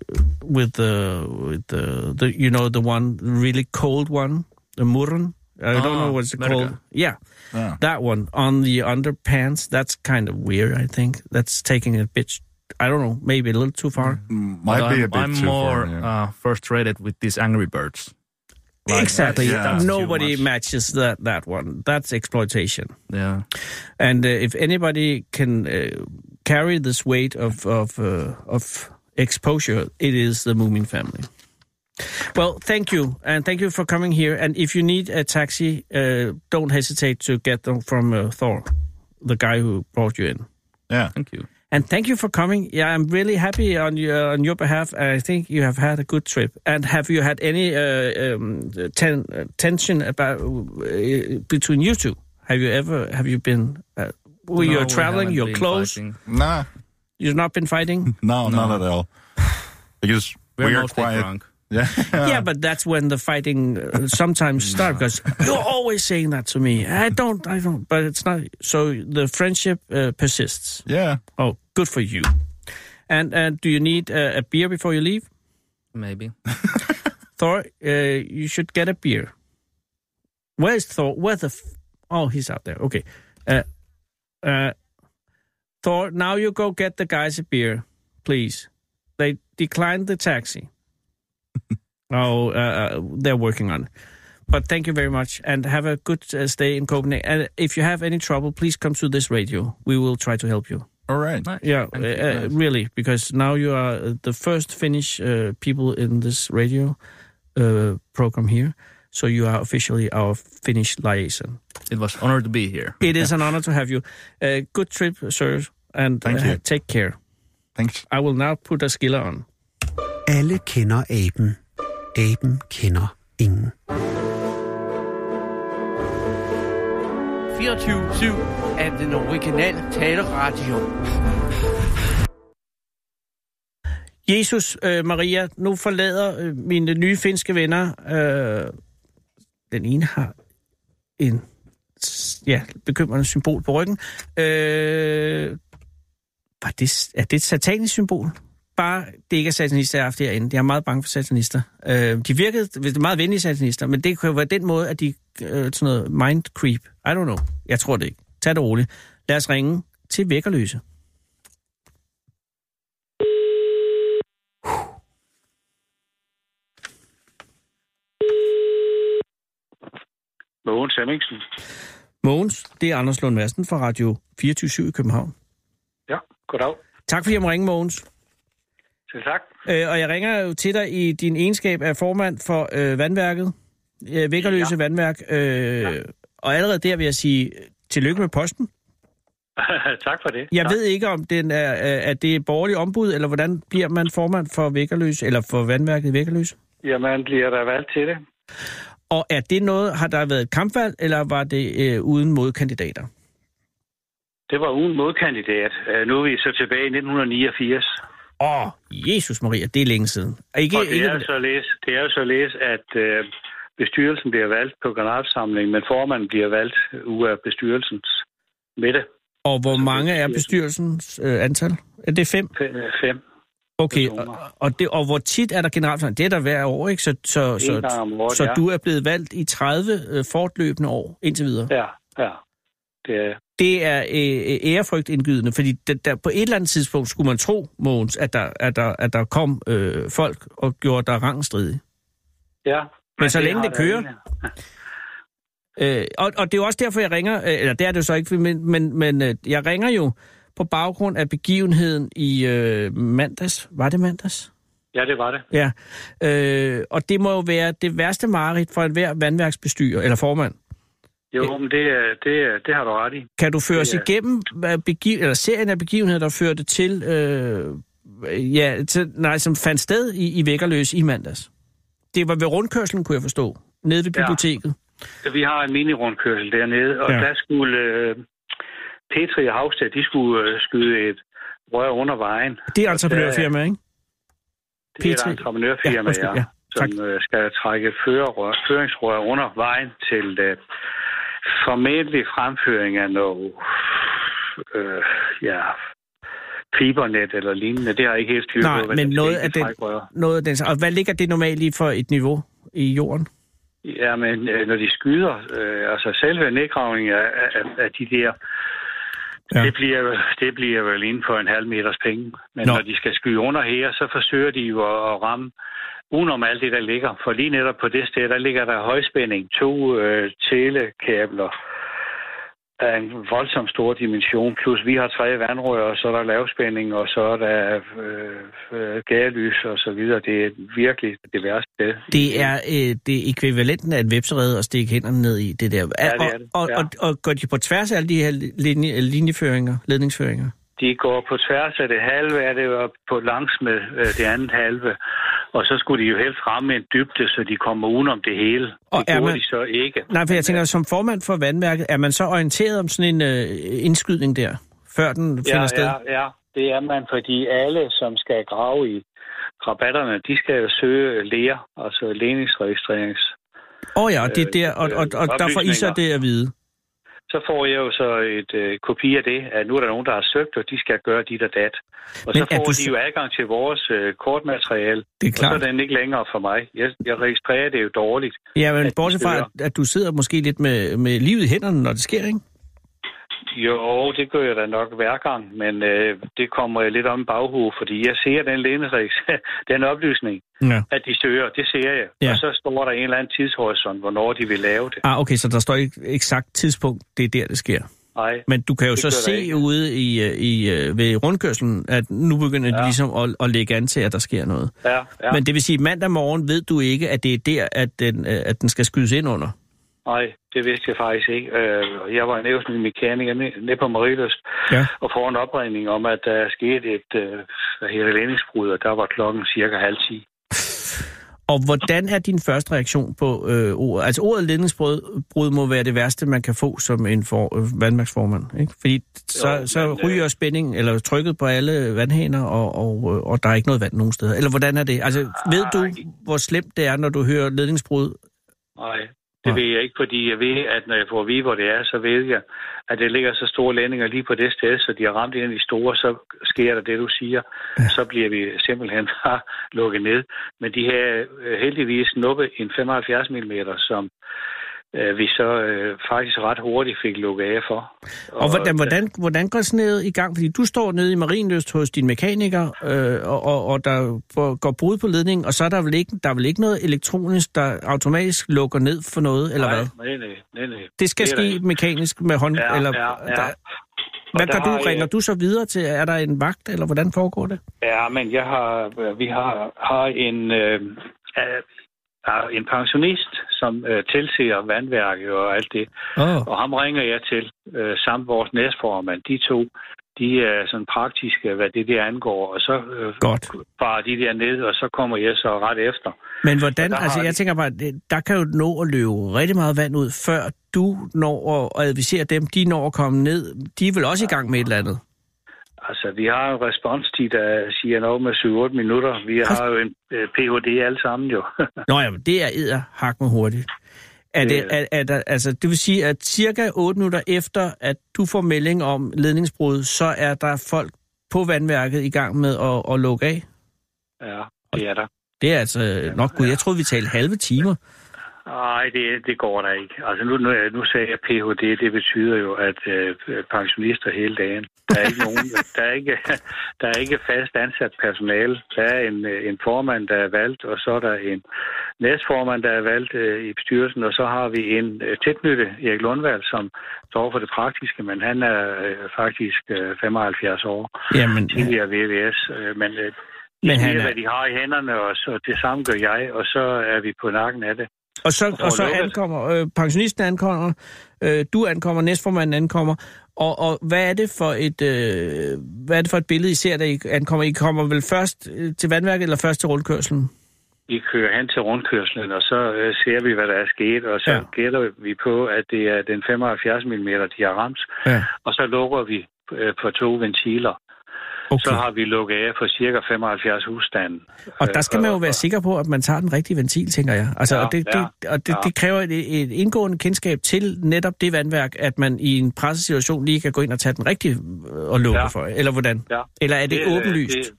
[SPEAKER 4] with the with the, the you know the one really cold one, the murren. I don't
[SPEAKER 7] Ah,
[SPEAKER 4] know what's it
[SPEAKER 7] Merga.
[SPEAKER 4] called. Yeah,
[SPEAKER 6] Ah.
[SPEAKER 4] that one on the underpants. That's kind of weird. I think that's taking it a bit. I don't know, maybe a little too far.
[SPEAKER 7] Mm.
[SPEAKER 6] Might
[SPEAKER 7] but
[SPEAKER 6] be
[SPEAKER 7] I'm,
[SPEAKER 6] a bit
[SPEAKER 7] I'm
[SPEAKER 6] too
[SPEAKER 7] more
[SPEAKER 6] far. yeah.
[SPEAKER 7] uh, frustrated with these Angry Birds.
[SPEAKER 4] exactly.
[SPEAKER 6] that's- yeah, that's
[SPEAKER 4] Nobody
[SPEAKER 7] too much.
[SPEAKER 4] matches that that one. That's exploitation.
[SPEAKER 7] Yeah,
[SPEAKER 4] And uh, if anybody can uh, carry this weight of of uh, of exposure, it is the Moomin family. Well, thank you, and thank you for coming here. And if you need a taxi, uh, don't hesitate to get them from uh, Thor, the guy who brought you in.
[SPEAKER 6] yeah.
[SPEAKER 7] thank you.
[SPEAKER 4] And thank you for coming. Yeah, I'm really happy on your on your behalf. I think you have had a good trip. And have you had any uh, um, ten, uh, tension about uh, between you two? Have you ever have you been? Uh, well,
[SPEAKER 7] No,
[SPEAKER 4] you're
[SPEAKER 7] we
[SPEAKER 4] traveling.
[SPEAKER 7] haven't
[SPEAKER 4] You're
[SPEAKER 7] been
[SPEAKER 4] close.
[SPEAKER 7] fighting.
[SPEAKER 6] Nah,
[SPEAKER 4] You've not been fighting.
[SPEAKER 6] no, not at all. Because
[SPEAKER 7] We're
[SPEAKER 6] we are
[SPEAKER 7] mostly
[SPEAKER 6] quiet.
[SPEAKER 7] drunk.
[SPEAKER 6] Yeah.
[SPEAKER 4] yeah, but that's when the fighting uh, sometimes starts. Because you're always saying that to me. I don't. I don't. But it's not. So the friendship uh, persists.
[SPEAKER 6] yeah.
[SPEAKER 4] Oh, good for you. And and do you need uh, a beer before you leave?
[SPEAKER 7] Maybe
[SPEAKER 4] Thor, uh, you should get a beer. Where's Thor? Where the? F- oh, he's out there. Okay. Uh, uh, Thor, now you go get the guys a beer, please. They declined the taxi. oh, uh, uh, they're working on it. But thank you very much, and have a good uh, stay in Copenhagen. And if you have any trouble, please come to this radio. We will try to help you.
[SPEAKER 6] All right.
[SPEAKER 7] Nice.
[SPEAKER 4] Yeah,
[SPEAKER 7] Thank you.
[SPEAKER 4] uh, uh, really, because now you are uh, the first Finnish uh, people in this radio uh, program here. So you are officially our Finnish liaison.
[SPEAKER 7] It was honor to be here.
[SPEAKER 4] It is an honor to have you. Uh, good trip, sir, and
[SPEAKER 6] Thank
[SPEAKER 4] uh,
[SPEAKER 6] you.
[SPEAKER 4] take care.
[SPEAKER 6] Thanks.
[SPEAKER 4] I will now put a skiller on.
[SPEAKER 2] Alle kender aben. Aben kender ingen.
[SPEAKER 5] 24-7 af den originale taleradio.
[SPEAKER 4] Jesus, øh, Maria, nu forlader øh, mine nye finske venner. Øh, den ene har en s- ja, bekymrende symbol på ryggen. Øh, var det, s- er det et satanisk symbol? Bare det ikke er satanister, jeg har haft herinde. Jeg er meget bange for satanister. Øh, de virkede det er meget venlige satanister, men det kunne jo være den måde, at de... Øh, sådan noget mind creep. I don't know. Jeg tror det ikke. Tag det roligt. Lad os ringe til Vækkerløse.
[SPEAKER 8] Mogens Hemmingsen.
[SPEAKER 4] Mogens, det er Anders Lund Madsen fra Radio 24 i København.
[SPEAKER 8] Ja, goddag.
[SPEAKER 4] Tak fordi jeg må ringe, Mogens.
[SPEAKER 8] Selv tak.
[SPEAKER 4] Øh, og jeg ringer jo til dig i din egenskab af formand for øh, vandværket, øh, Vækkerløse ja. Vandværk. Øh, ja. Og allerede der vil jeg sige øh, tillykke med posten.
[SPEAKER 8] tak for det.
[SPEAKER 4] Jeg
[SPEAKER 8] tak.
[SPEAKER 4] ved ikke, om den er, øh, at det er borgerlig ombud, eller hvordan bliver man formand for Vækkerløse, eller for vandværket i Vækkerløse?
[SPEAKER 8] Ja, man bliver der valgt til det.
[SPEAKER 4] Og er det noget, har der været et kampvalg, eller var det øh, uden modkandidater?
[SPEAKER 8] Det var ugen modkandidat. Øh, Nu er vi så tilbage i 1989.
[SPEAKER 4] Åh, Jesus Maria, det er længe siden. Ikke,
[SPEAKER 8] Og det
[SPEAKER 4] ikke,
[SPEAKER 8] er jo således, det er jo således at øh, bestyrelsen bliver valgt på generalforsamlingen, men formanden bliver valgt ude af bestyrelsens midte.
[SPEAKER 4] Og hvor mange er bestyrelsens øh, antal? Er det fem?
[SPEAKER 8] Fem- øh, Fem.
[SPEAKER 4] Okay,
[SPEAKER 8] personer.
[SPEAKER 4] og, og, det, og hvor tit er der generalforsamling? Det er der hver år, ikke? Så, så, så,
[SPEAKER 8] gang om året,
[SPEAKER 4] så
[SPEAKER 8] ja.
[SPEAKER 4] du er blevet valgt i 30 øh, fortløbende år indtil videre.
[SPEAKER 8] Ja, ja. Det er,
[SPEAKER 4] Det er øh, øh, ærefrygtindgydende, fordi der, der, på et eller andet tidspunkt skulle man tro, Mogens, at der, at der, at der kom øh, folk og gjorde dig rangstridig.
[SPEAKER 8] ja.
[SPEAKER 4] så længe
[SPEAKER 8] har
[SPEAKER 4] det kører. Øh, og, og det er jo også derfor, jeg ringer, øh, eller det er det jo så ikke, men, men, men øh, jeg ringer jo på baggrund af begivenheden i øh, mandags. Var det mandags?
[SPEAKER 8] Ja, det var det.
[SPEAKER 4] Ja, øh, og det må jo være det værste mareridt for enhver vandværksbestyrer eller formand.
[SPEAKER 8] Jo, men det, er- det, er- det har du ret i.
[SPEAKER 4] Kan du føre os
[SPEAKER 8] Det er-
[SPEAKER 4] igennem hvad begiv- eller serien af begivenheder, der førte til, øh, ja, til, nej, som fandt sted i, i Vækkerløs i mandags? Det var ved rundkørslen, kunne jeg forstå, nede ved
[SPEAKER 8] Ja.
[SPEAKER 4] biblioteket.
[SPEAKER 8] Vi har en minirundkørsel dernede, og
[SPEAKER 4] Ja.
[SPEAKER 8] ja. der skulle øh, Petri og Havstad, de skulle øh, skyde et rør under vejen.
[SPEAKER 4] Det er entreprenørfirma, ikke?
[SPEAKER 8] Det er et
[SPEAKER 4] Petri.
[SPEAKER 8] entreprenørfirma, ja,
[SPEAKER 4] undskyld, ja.
[SPEAKER 3] som øh, skal trække førerrør, føringsrør under vejen til øh, formentlig fremføring af noget øh, ja, fibernet eller lignende. Det har jeg ikke helt styr på.
[SPEAKER 4] Nej,
[SPEAKER 3] hvad
[SPEAKER 4] men
[SPEAKER 3] der
[SPEAKER 4] noget
[SPEAKER 3] skal i
[SPEAKER 4] af, den,
[SPEAKER 3] trækrøret.
[SPEAKER 4] noget af den... Og hvad ligger det normalt i for et niveau i jorden?
[SPEAKER 3] Ja, men øh, når de skyder, øh, altså selve nedgravningen af, af, af de der,
[SPEAKER 4] Ja.
[SPEAKER 3] ja. det, bliver, det bliver vel inden for en halv meters penge. Men
[SPEAKER 4] Nå.
[SPEAKER 3] Nå. når de skal skyde under her, så forsøger de jo at, at ramme udenom alt det, der ligger. For lige netop på det sted, der ligger der højspænding, to øh, telekabler af en voldsom stor dimension, plus vi har tre vandrør, og så er der lavspænding, og så er der øh, øh, gadelys og så videre. Det er virkelig det værste sted.
[SPEAKER 4] Det er, øh, det er ekvivalenten af et vepserede at stikke hænderne ned i det der. Ja,
[SPEAKER 3] det er det.
[SPEAKER 4] Og,
[SPEAKER 3] Ja.
[SPEAKER 4] og, og, og går de på tværs af alle de her linje, linjeføringer, ledningsføringer?
[SPEAKER 3] De går på tværs af det halve, er det var på langs med øh, det andet halve. Og så skulle de jo helst ramme en dybde, så de kommer udenom det hele.
[SPEAKER 4] Og
[SPEAKER 3] det
[SPEAKER 4] er
[SPEAKER 3] gjorde
[SPEAKER 4] man-
[SPEAKER 3] de så ikke.
[SPEAKER 4] Nej, for jeg tænker, som formand for vandværket, er man så orienteret om sådan en øh, indskydning der, før den finder
[SPEAKER 3] ja,
[SPEAKER 4] sted?
[SPEAKER 3] ja, ja, det er man, fordi alle, som skal grave i rabatterne, de skal jo søge læger, altså lægningsregistrerings.
[SPEAKER 4] Åh oh, ja, og det er der, og,
[SPEAKER 3] Øh,
[SPEAKER 4] og, og der får I så
[SPEAKER 3] oplysninger.
[SPEAKER 4] det at vide.
[SPEAKER 3] Så får jeg jo så et øh, kopi af det, at nu er der nogen, der har søgt, og de skal gøre dit og dat. Og
[SPEAKER 4] Men
[SPEAKER 3] så
[SPEAKER 4] er
[SPEAKER 3] får
[SPEAKER 4] du
[SPEAKER 3] de
[SPEAKER 4] så-
[SPEAKER 3] jo adgang til vores øh, kortmateriale,
[SPEAKER 4] Det er
[SPEAKER 3] og så
[SPEAKER 4] klart.
[SPEAKER 3] er den ikke længere for mig. Jeg, jeg registrerer det jo dårligt.
[SPEAKER 4] Ja, men
[SPEAKER 3] at de
[SPEAKER 4] bortset fra,
[SPEAKER 3] søger.
[SPEAKER 4] at, at du sidder måske lidt med, med livet i hænderne, når det sker, ikke?
[SPEAKER 3] Jo, det gør jeg da nok hver gang, men øh, det kommer jeg lidt om i baghovedet, fordi jeg ser den læneregs, den oplysning,
[SPEAKER 4] Ja.
[SPEAKER 3] at de søger, det ser jeg.
[SPEAKER 4] Ja.
[SPEAKER 3] Ja. Og så står der en eller anden tidshorisont, hvornår de vil lave det.
[SPEAKER 4] Ah, okay, så der står ikke eksakt tidspunkt, det er der, det sker.
[SPEAKER 3] Nej,
[SPEAKER 4] Men du kan jo
[SPEAKER 3] Det
[SPEAKER 4] så
[SPEAKER 3] gør der
[SPEAKER 4] se
[SPEAKER 3] ikke.
[SPEAKER 4] ude i, øh, i, øh, ved rundkørslen, at nu begynder ja. de ligesom at, at lægge an til, at der sker noget.
[SPEAKER 3] ja, ja.
[SPEAKER 4] Men det vil sige, at mandag morgen ved du ikke, at det er der, at den, øh, at den skal skydes ind under.
[SPEAKER 3] Nej, det vidste jeg faktisk ikke. Øh, Jeg var i nævnsen mekaniker ned- nede på Mariløs,
[SPEAKER 4] Ja.
[SPEAKER 3] og får en opringning om, at der skete et øh, hvad hedder det, lændingsbrud, og der var klokken cirka halv ti.
[SPEAKER 4] Og hvordan er din første reaktion på øh, ordet? Altså ordet ledningsbrud brud må være det værste, man kan få som en for, øh, vandmærksformand. Ikke? Fordi så,
[SPEAKER 3] Jo,
[SPEAKER 4] så
[SPEAKER 3] men, øh,
[SPEAKER 4] ryger spændingen eller trykket på alle vandhaner, og, og, øh, og der er ikke noget vand nogen steder. Eller hvordan er det? Altså ved du, hvor slemt det er, når du hører ledningsbrud?
[SPEAKER 3] Nej,
[SPEAKER 4] Nej.
[SPEAKER 3] det ved jeg ikke, fordi jeg ved, at når jeg får at vide, hvor det er, så ved jeg, at det ligger så store lændinger lige på det sted, så de har ramt en af de store, så sker der det, du siger. Ja. Så bliver vi simpelthen bare lukket ned. Men de har øh, heldigvis snuppet en 75 mm, som øh, vi så øh, faktisk ret hurtigt fik lukket af for.
[SPEAKER 4] Og hvordan, hvordan, hvordan går sådan noget i gang? Fordi du står nede i Marienløst hos din mekaniker, øh, og, og, og der går- går brud på ledningen, og så er der vel ikke, der er vel ikke noget elektronisk, der automatisk lukker ned for noget, eller hvad?
[SPEAKER 3] Nej, nej, nej, nej.
[SPEAKER 4] Det skal
[SPEAKER 3] Det er der
[SPEAKER 4] ske
[SPEAKER 3] ikke.
[SPEAKER 4] mekanisk med hånd...
[SPEAKER 3] Ja,
[SPEAKER 4] eller,
[SPEAKER 3] ja, ja.
[SPEAKER 4] Der,
[SPEAKER 3] Og
[SPEAKER 4] hvad
[SPEAKER 3] der
[SPEAKER 4] gør du?
[SPEAKER 3] har øh, jeg-
[SPEAKER 4] Ringer du så videre til, er der en vagt, eller hvordan foregår det?
[SPEAKER 3] Ja, men jeg har, øh, vi har, har en, øh, øh, har en pensionist, som øh, tilser vandværket og alt det.
[SPEAKER 4] Oh.
[SPEAKER 3] Og ham ringer jeg til, øh, samt vores næstformand. De to, de er sådan praktiske, hvad det der angår. Og så øh,
[SPEAKER 4] Godt.
[SPEAKER 3] farer de der ned, og så kommer jeg så ret efter.
[SPEAKER 4] Men hvordan,
[SPEAKER 3] Og der har
[SPEAKER 4] altså jeg
[SPEAKER 3] de-
[SPEAKER 4] tænker bare, det- der kan jo nå at løbe rigtig meget vand ud, før du når at- at advisere dem, de når at komme ned. De er vel også i gang med et eller andet?
[SPEAKER 3] Altså, vi har en responstid, der siger noget med 7-8 minutter. Vi har jo en øh, Ph.D. alle sammen jo.
[SPEAKER 4] Nå ja, men det er edderhak med hurtigt. Er det,
[SPEAKER 3] Det-
[SPEAKER 4] er, er der, altså, det vil sige, at cirka 8 minutter efter, at du får melding om ledningsbrud, så er der folk på vandværket i gang med at, at lukke af?
[SPEAKER 3] ja, det er der.
[SPEAKER 4] Det er altså nok gud. Jeg troede, vi talte halve timer.
[SPEAKER 3] Nej, det, det går der ikke. Altså nu, nu, nu sagde jeg PHD, det betyder jo, at øh, pensionister hele dagen. Der er ikke nogen, der er ikke, der er ikke fast ansat personale. Der er en, øh, en formand, der er valgt, og så er der en næstformand, der er valgt øh, i bestyrelsen, og så har vi en øh, tilknyttet, Erik Lundvald, som står for det praktiske, men han er øh, faktisk øh, 75 år,
[SPEAKER 4] Jamen,
[SPEAKER 3] tidligere VVS, øh, men øh,
[SPEAKER 4] men
[SPEAKER 3] det
[SPEAKER 4] han
[SPEAKER 3] er,
[SPEAKER 4] er,
[SPEAKER 3] hvad de har i hænderne, og så, det samme gør jeg, og så er vi på nakken af det.
[SPEAKER 4] og så, og så
[SPEAKER 3] lukket.
[SPEAKER 4] ankommer øh, pensionisten ankommer, øh, du ankommer, næstformanden ankommer. Og, og hvad er det for et øh, hvad er det for et billede I ser, da I ankommer? I kommer vel først øh, til vandværket eller først til rundkørslen?
[SPEAKER 3] Vi kører hen til rundkørslen, og så øh, ser vi, hvad der er sket, og så
[SPEAKER 4] Ja.
[SPEAKER 3] ja. gætter vi på, at det er den 75 mm, de har ramt,
[SPEAKER 4] Ja.
[SPEAKER 3] og så lukker vi øh, på to ventiler. okay. så
[SPEAKER 4] Okay.
[SPEAKER 3] har vi lukket af for cirka 75 husstande.
[SPEAKER 4] Og der skal man jo være sikker på, at man tager den rigtige ventil, tænker jeg. Altså,
[SPEAKER 3] Øh, Ja,
[SPEAKER 4] og det,
[SPEAKER 3] ja,
[SPEAKER 4] det, og det,
[SPEAKER 3] ja.
[SPEAKER 4] det kræver et, et indgående kendskab til netop det vandværk, at man i en pressesituation lige kan gå ind og tage den rigtige øh, og lukke ja.
[SPEAKER 3] Ja.
[SPEAKER 4] for. Eller hvordan?
[SPEAKER 3] Ja.
[SPEAKER 4] Eller er det, det
[SPEAKER 3] øh,
[SPEAKER 4] åbenlyst?
[SPEAKER 3] Det,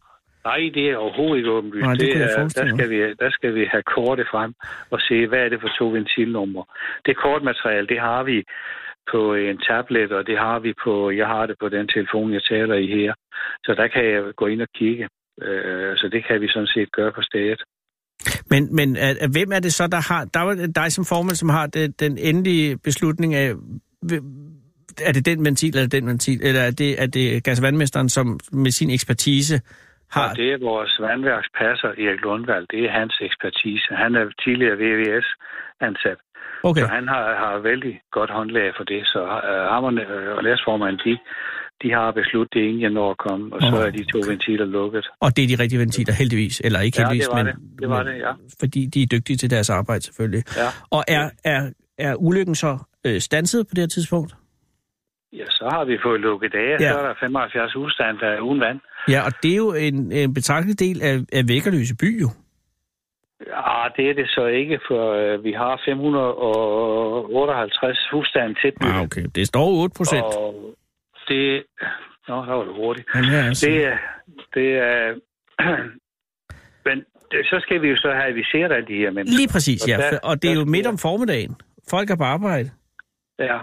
[SPEAKER 3] nej, det er overhovedet ikke åbenlyst.
[SPEAKER 4] Nej, det kunne jeg
[SPEAKER 3] er,
[SPEAKER 4] forestille
[SPEAKER 3] der, skal vi, der skal vi have kortet frem og se, hvad er det for to ventilnumre. Det kortmateriale, det har vi på en tablet, og det har vi på, jeg har det på den telefon, jeg taler i her. Så der kan jeg gå ind og kigge. Øh, så det kan vi sådan set gøre på stedet.
[SPEAKER 4] Men, men at, at, hvem er det så, der har... Der er jo dig som formand, som har det, den endelige beslutning af... hvem- Er det den ventil, eller den ventil? Eller er det, er det gasvandmesteren, som med sin ekspertise har...
[SPEAKER 3] Og det er vores vandværkspasser, Erik Lundvald. Det er hans ekspertise. Han er tidligere VVS-ansat.
[SPEAKER 4] okay.
[SPEAKER 3] Så han har, har vældig godt håndlag for det, så øh, hammerne øh, og læsformanden, de, de har besluttet det, inden jeg når at komme, og så
[SPEAKER 4] Åh.
[SPEAKER 3] er de to ventiler lukket.
[SPEAKER 4] Og det er de rigtige ventiler, heldigvis. Eller ikke
[SPEAKER 3] Ja,
[SPEAKER 4] heldigvis,
[SPEAKER 3] det var
[SPEAKER 4] men,
[SPEAKER 3] det. Det var
[SPEAKER 4] men-
[SPEAKER 3] det, ja.
[SPEAKER 4] Fordi de er dygtige til deres arbejde, selvfølgelig.
[SPEAKER 3] Ja.
[SPEAKER 4] Og er, er, er ulykken så øh, stanset på det her tidspunkt?
[SPEAKER 3] Ja, så har vi fået lukket af,
[SPEAKER 4] Ja.
[SPEAKER 3] ja. så er der 75 husstande, der er uden vand.
[SPEAKER 4] Ja, og det er jo en, en betragtelig del af, af Vækkerløse by, jo.
[SPEAKER 3] Ah, det er det så ikke, for øh, vi har 558 husstande tæt bygget.
[SPEAKER 4] Ah, okay. Det står 8 procent.
[SPEAKER 3] Og det... Nå, der var det hurtigt.
[SPEAKER 4] Altså.
[SPEAKER 3] Det er... Det er men det, så skal vi jo så have viseret alle de her mennesker.
[SPEAKER 4] Lige præcis,
[SPEAKER 3] og
[SPEAKER 4] ja.
[SPEAKER 3] der-
[SPEAKER 4] For- Og det er
[SPEAKER 3] der
[SPEAKER 4] jo midt
[SPEAKER 3] sker-
[SPEAKER 4] om formiddagen. Folk er på arbejde.
[SPEAKER 3] Ja.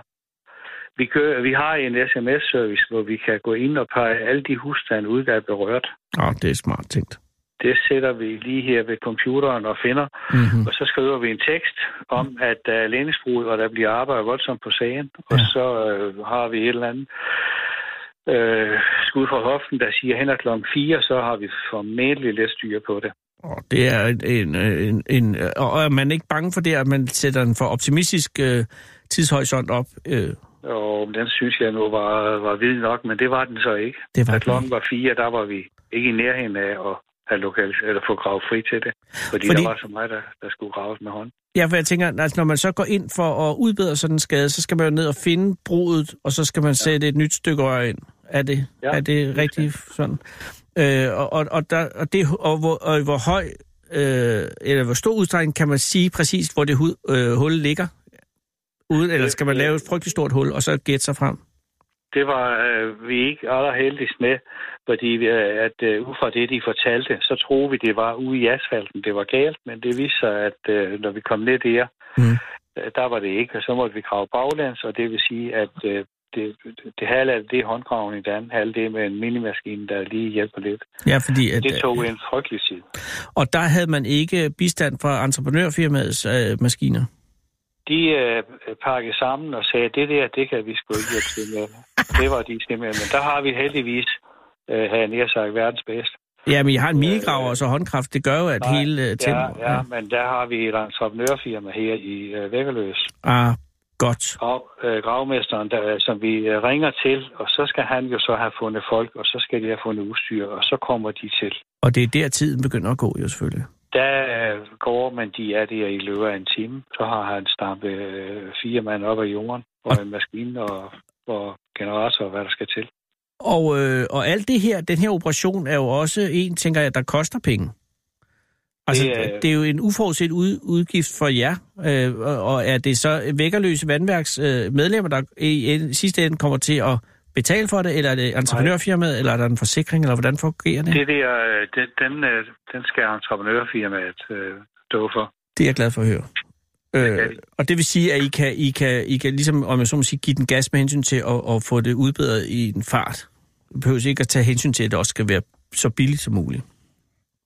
[SPEAKER 3] Vi, gør, vi har en sms-service, hvor vi kan gå ind og pege alle de husstande ud, der er berørt.
[SPEAKER 4] Åh, oh, det er smart tænkt.
[SPEAKER 3] Det sætter vi lige her ved computeren og finder,
[SPEAKER 4] Mm-hmm.
[SPEAKER 3] og så skriver vi en tekst om, at der er lændingsbrud, og der bliver arbejdet voldsomt på sagen, og
[SPEAKER 4] Ja.
[SPEAKER 3] så øh, har vi et eller andet øh, skud fra hoften, der siger hen ad klokken 4, så har vi formentlig lidt styr på det.
[SPEAKER 4] Og det er en, en, en, en... Og er man ikke bange for det, at man sætter en for optimistisk øh, tidshorisont op? Øh,
[SPEAKER 3] Og den synes jeg nu var, var vild nok, men det var den så ikke.
[SPEAKER 4] det var
[SPEAKER 3] Da
[SPEAKER 4] det.
[SPEAKER 3] klokken var fire, der var vi ikke i nærheden af at have lokal, eller få gravet fri til det. Fordi,
[SPEAKER 4] Fordi-
[SPEAKER 3] fordi... der var så meget, der, der skulle graves med hånd.
[SPEAKER 4] Ja, for jeg tænker, altså, når man så går ind for at udbedre sådan en skade, så skal man jo ned og finde brudet, og så skal man sætte et nyt stykke rør ind. Er det, ja,
[SPEAKER 3] Ja,
[SPEAKER 4] er det rigtigt sådan? Øh, og, og, og, der, og, det, og, hvor, og i hvor høj, øh, eller hvor stor udstrækning kan man sige præcis, hvor det hud, øh, hul ligger? Uden, eller
[SPEAKER 3] Øh,
[SPEAKER 4] skal man lave et frygteligt stort hul, og så gætte sig frem?
[SPEAKER 3] Det var øh, vi ikke allerheldigst med, fordi vi, øh, at øh, ud fra det, de fortalte, så troede vi, det var ude i asfalten. Det var galt, men det viste sig, at øh, når vi kom ned der,
[SPEAKER 4] Mm.
[SPEAKER 3] mm. der var det ikke. Og så måtte vi grave baglands, og det vil sige, at øh, det, det halve af det er håndgravning, det andet halve det er med en minimaskine, der lige hjælper lidt.
[SPEAKER 4] Ja, fordi at,
[SPEAKER 3] Det tog en frygtelig tid.
[SPEAKER 4] og der havde man ikke bistand fra entreprenørfirmaets øh, maskiner.
[SPEAKER 3] de øh, pakkede sammen og sagde, det der, det kan vi sgu ikke hjælpe til med. Det var de simpelthen. Men der har vi heldigvis, øh, havde jeg nær sagt, verdens bedste.
[SPEAKER 4] Ja, men I har en minigraver og så håndkraft. Det gør jo, at
[SPEAKER 3] Øh, Nej,
[SPEAKER 4] hele øh,
[SPEAKER 3] Ja,
[SPEAKER 4] tempoet-
[SPEAKER 3] ja, men der har vi et entreprenørfirma her i øh, Vækkerløs.
[SPEAKER 4] Ah, godt.
[SPEAKER 3] Grav, øh, gravmesteren, der, som vi øh, ringer til, og så skal han jo så have fundet folk, og så skal de have fundet udstyr, og så kommer de til.
[SPEAKER 4] Og det er der, tiden begynder at gå, jo selvfølgelig.
[SPEAKER 3] Der øh, går man, de er der i løbet af en time. Så har han stampet øh, fire mand op af jorden, og en maskine og, og generator, og hvad der skal til.
[SPEAKER 4] Og, øh, og alt det her, den her operation er jo også en, tænker jeg, der koster penge. Altså, det
[SPEAKER 3] Det
[SPEAKER 4] er,
[SPEAKER 3] er-
[SPEAKER 4] det er jo en uforudset ud, udgift for jer, øh, og- og er det så vækkerløse vandværks øh, medlemmer, der i en, sidste ende kommer til at betale for det, eller er det entreprenørfirmaet, eller er der en forsikring, eller hvordan fungerer det? Det,
[SPEAKER 3] Det der, øh, den, den, øh, den skal entreprenørfirmaet øh, stå for.
[SPEAKER 4] det er jeg glad for at høre.
[SPEAKER 3] kan
[SPEAKER 4] Øh,
[SPEAKER 3] vi.
[SPEAKER 4] og det vil sige, at I kan, I kan, I kan ligesom, om jeg så må sige, give den gas med hensyn til at, at få det udbedret i en fart. Du behøver ikke at tage hensyn til, at det også skal være så billigt som muligt.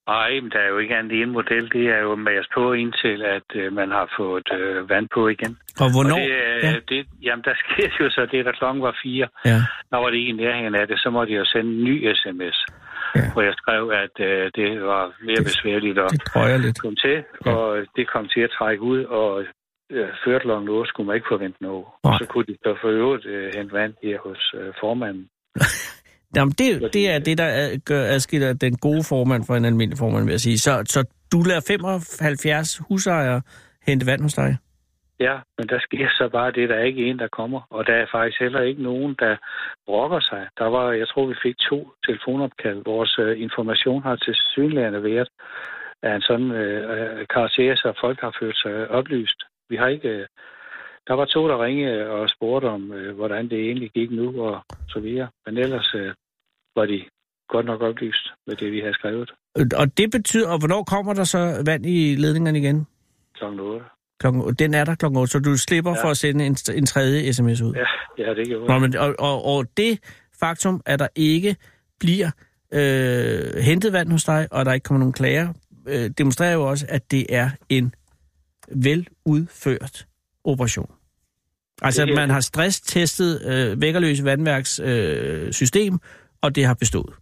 [SPEAKER 3] Nej, men der er jo ikke andet end en model. Det er jo mast på indtil, at øh, man har fået øh, vand på igen.
[SPEAKER 4] Og hvornår?
[SPEAKER 3] Og det, øh,
[SPEAKER 4] ja.
[SPEAKER 3] ja. det, jamen, der sker jo så det, der klokken var fire.
[SPEAKER 4] Ja.
[SPEAKER 3] Der var det ikke i nærheden af det, så måtte jeg jo sende en ny sms,
[SPEAKER 4] Ja.
[SPEAKER 3] ja. hvor jeg skrev, at øh, det var mere
[SPEAKER 4] Det-
[SPEAKER 3] besværligt at
[SPEAKER 4] Det drøjer lidt.
[SPEAKER 3] komme til,
[SPEAKER 4] Ja.
[SPEAKER 3] og det kom til at trække ud, og øh, før klokken 8 skulle man ikke forvente noget.
[SPEAKER 4] Nej.
[SPEAKER 3] Så kunne de så for øvrigt øh, hente vand her hos øh, formanden.
[SPEAKER 4] Jamen, det, det er det, der er- gør adskiller den gode formand fra en almindelig formand, vil jeg sige. Så, så du lader 75 husejere hente vand hos dig?
[SPEAKER 3] Ja, men der sker så bare det, der er ikke en, der kommer. Og der er faktisk heller ikke nogen, der brokker sig. Der var, jeg tror, vi fik to telefonopkald. Vores øh, information har til synlærende været af en sådan øh, øh, karakter, så folk har følt sig oplyst. Vi har ikke... Øh, der var to, der ringede og spurgte om, øh, hvordan det egentlig gik nu og så videre. Men ellers øh, var de godt nok oplyst med det, vi havde skrevet
[SPEAKER 4] Øh, Og det betyder, og hvornår kommer der så vand i ledningerne igen?
[SPEAKER 3] kl. 8.
[SPEAKER 4] Klokken, den er der klokken 8, så du slipper ja.
[SPEAKER 3] Ja.
[SPEAKER 4] for at sende en, en tredje sms ud.
[SPEAKER 3] Ja, ja det gjorde
[SPEAKER 4] Nå,
[SPEAKER 3] jeg.
[SPEAKER 4] men, og, og, og det faktum, at der ikke bliver øh, hentet vand hos dig, og der ikke kommer nogen klager, øh, demonstrerer jo også, at det er en veludført operation. Altså, at
[SPEAKER 3] Det er-
[SPEAKER 4] man har stresstestet øh, vækkerløs vandværks øh, system, og det har bestået.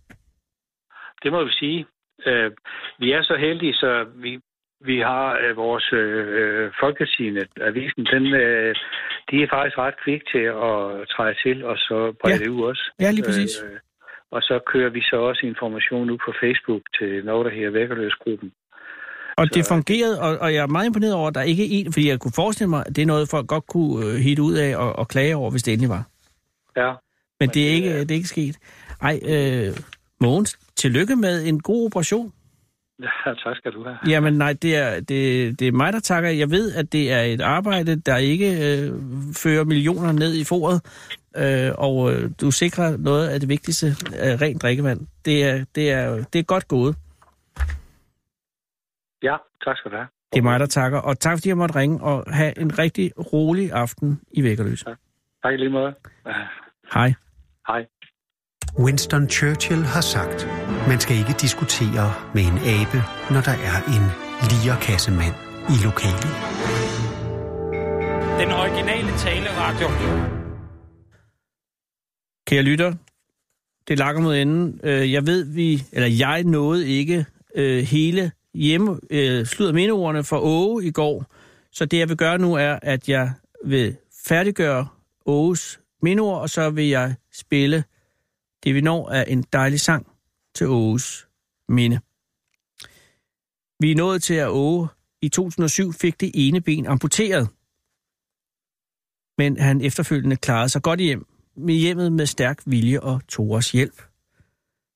[SPEAKER 3] Det må vi sige. Øh, vi er så heldige, så vi, vi har øh, vores øh, øh, folketigende avisen, den, øh, de er faktisk ret kvik til at træde til, og så brede
[SPEAKER 4] Ja.
[SPEAKER 3] det ud også.
[SPEAKER 4] Ja, lige præcis.
[SPEAKER 3] Øh, og så kører vi så også information ud på Facebook til noget, der her Vækkerløsgruppen.
[SPEAKER 4] Og det fungerede, og, og jeg er meget imponeret over, at der ikke er en, fordi jeg kunne forestille mig, at det er noget, folk godt kunne øh, hitte ud af og, og klage over, hvis det endelig var.
[SPEAKER 3] Ja,
[SPEAKER 4] Men det er
[SPEAKER 3] det
[SPEAKER 4] ikke,
[SPEAKER 3] er-
[SPEAKER 4] det er ikke sket. Ej, øh, Mogens, tillykke med en god operation.
[SPEAKER 3] ja tak skal du have.
[SPEAKER 4] Jamen nej, det er, det, det er mig, der takker. Jeg ved, at det er et arbejde, der ikke øh, fører millioner ned i foret, øh, og øh, du sikrer noget af det vigtigste, øh, rent drikkevand. Det er, det, er, det er godt gået.
[SPEAKER 3] Ja, tak skal du have.
[SPEAKER 4] Det er mig, der takker. Og tak, fordi jeg måtte ringe, og have en rigtig rolig aften i Vækkerløs.
[SPEAKER 3] Tak i lige måde.
[SPEAKER 4] Hej.
[SPEAKER 3] Hej.
[SPEAKER 2] Winston Churchill har sagt, man skal ikke diskutere med en abe, når der er en lierkassemand i lokalet.
[SPEAKER 9] Den originale taleradio.
[SPEAKER 4] Kære lytter, det lakker mod enden. Øh, Jeg ved, vi, eller jeg nåede ikke øh, hele hjemme, øh, slutter mindeordene for Åge i går. Så det, jeg vil gøre nu, er, at jeg vil færdiggøre Åges mindeord, og så vil jeg spille det, vi når af en dejlig sang til Åges minde. Vi er nået til, at Åge i 2007 fik det ene ben amputeret, men han efterfølgende klarede sig godt hjem med hjemmet med stærk vilje og Toras hjælp.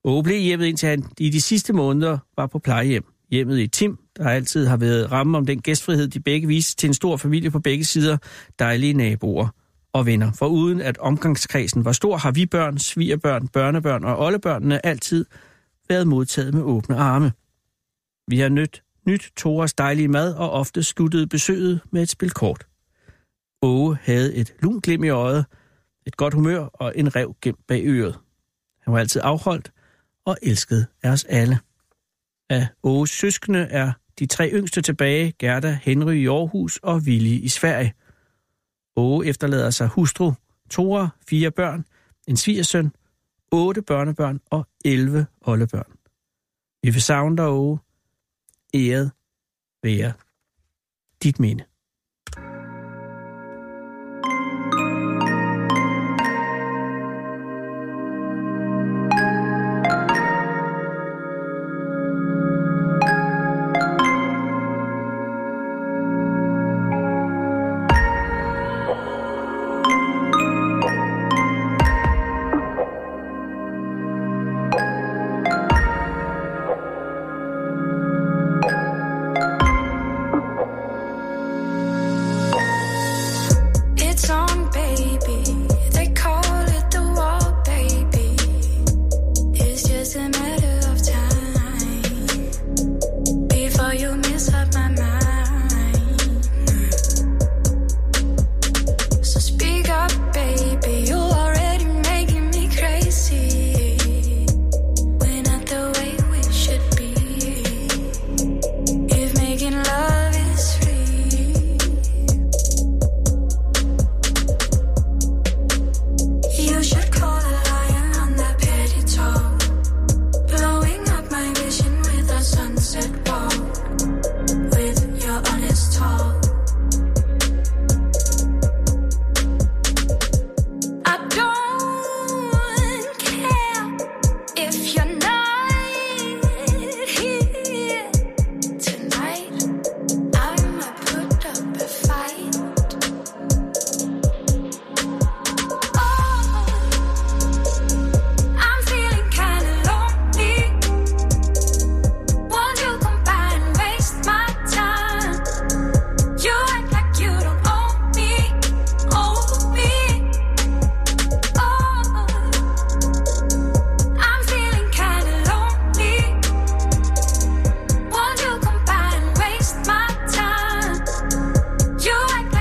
[SPEAKER 4] Åge blev i hjemmet, indtil han i de sidste måneder var på plejehjem. Hjemmet i Tim, der altid har været ramme om den gæstfrihed, de begge viste til en stor familie på begge sider, dejlige naboer og venner. For uden at omgangskredsen var stor, har vi børn, svigerbørn, børnebørn og oldebørnene altid været modtaget med åbne arme. Vi har nyt, nyt Toras dejlige mad og ofte sluttede besøget med et spil kort. Åge havde et lun glimt i øjet, et godt humør og en rev gemt bag øret. Han var altid afholdt og elskede af os alle. Af Åges søskende er de tre yngste tilbage, Gerda, Henry i Aarhus og Willy i Sverige. Åge efterlader sig hustru, Tora, fire børn, en svigersøn, otte børnebørn og 11 oldebørn. Vi vil savne dig, Åge. Æret være dit minde.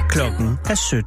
[SPEAKER 4] 17.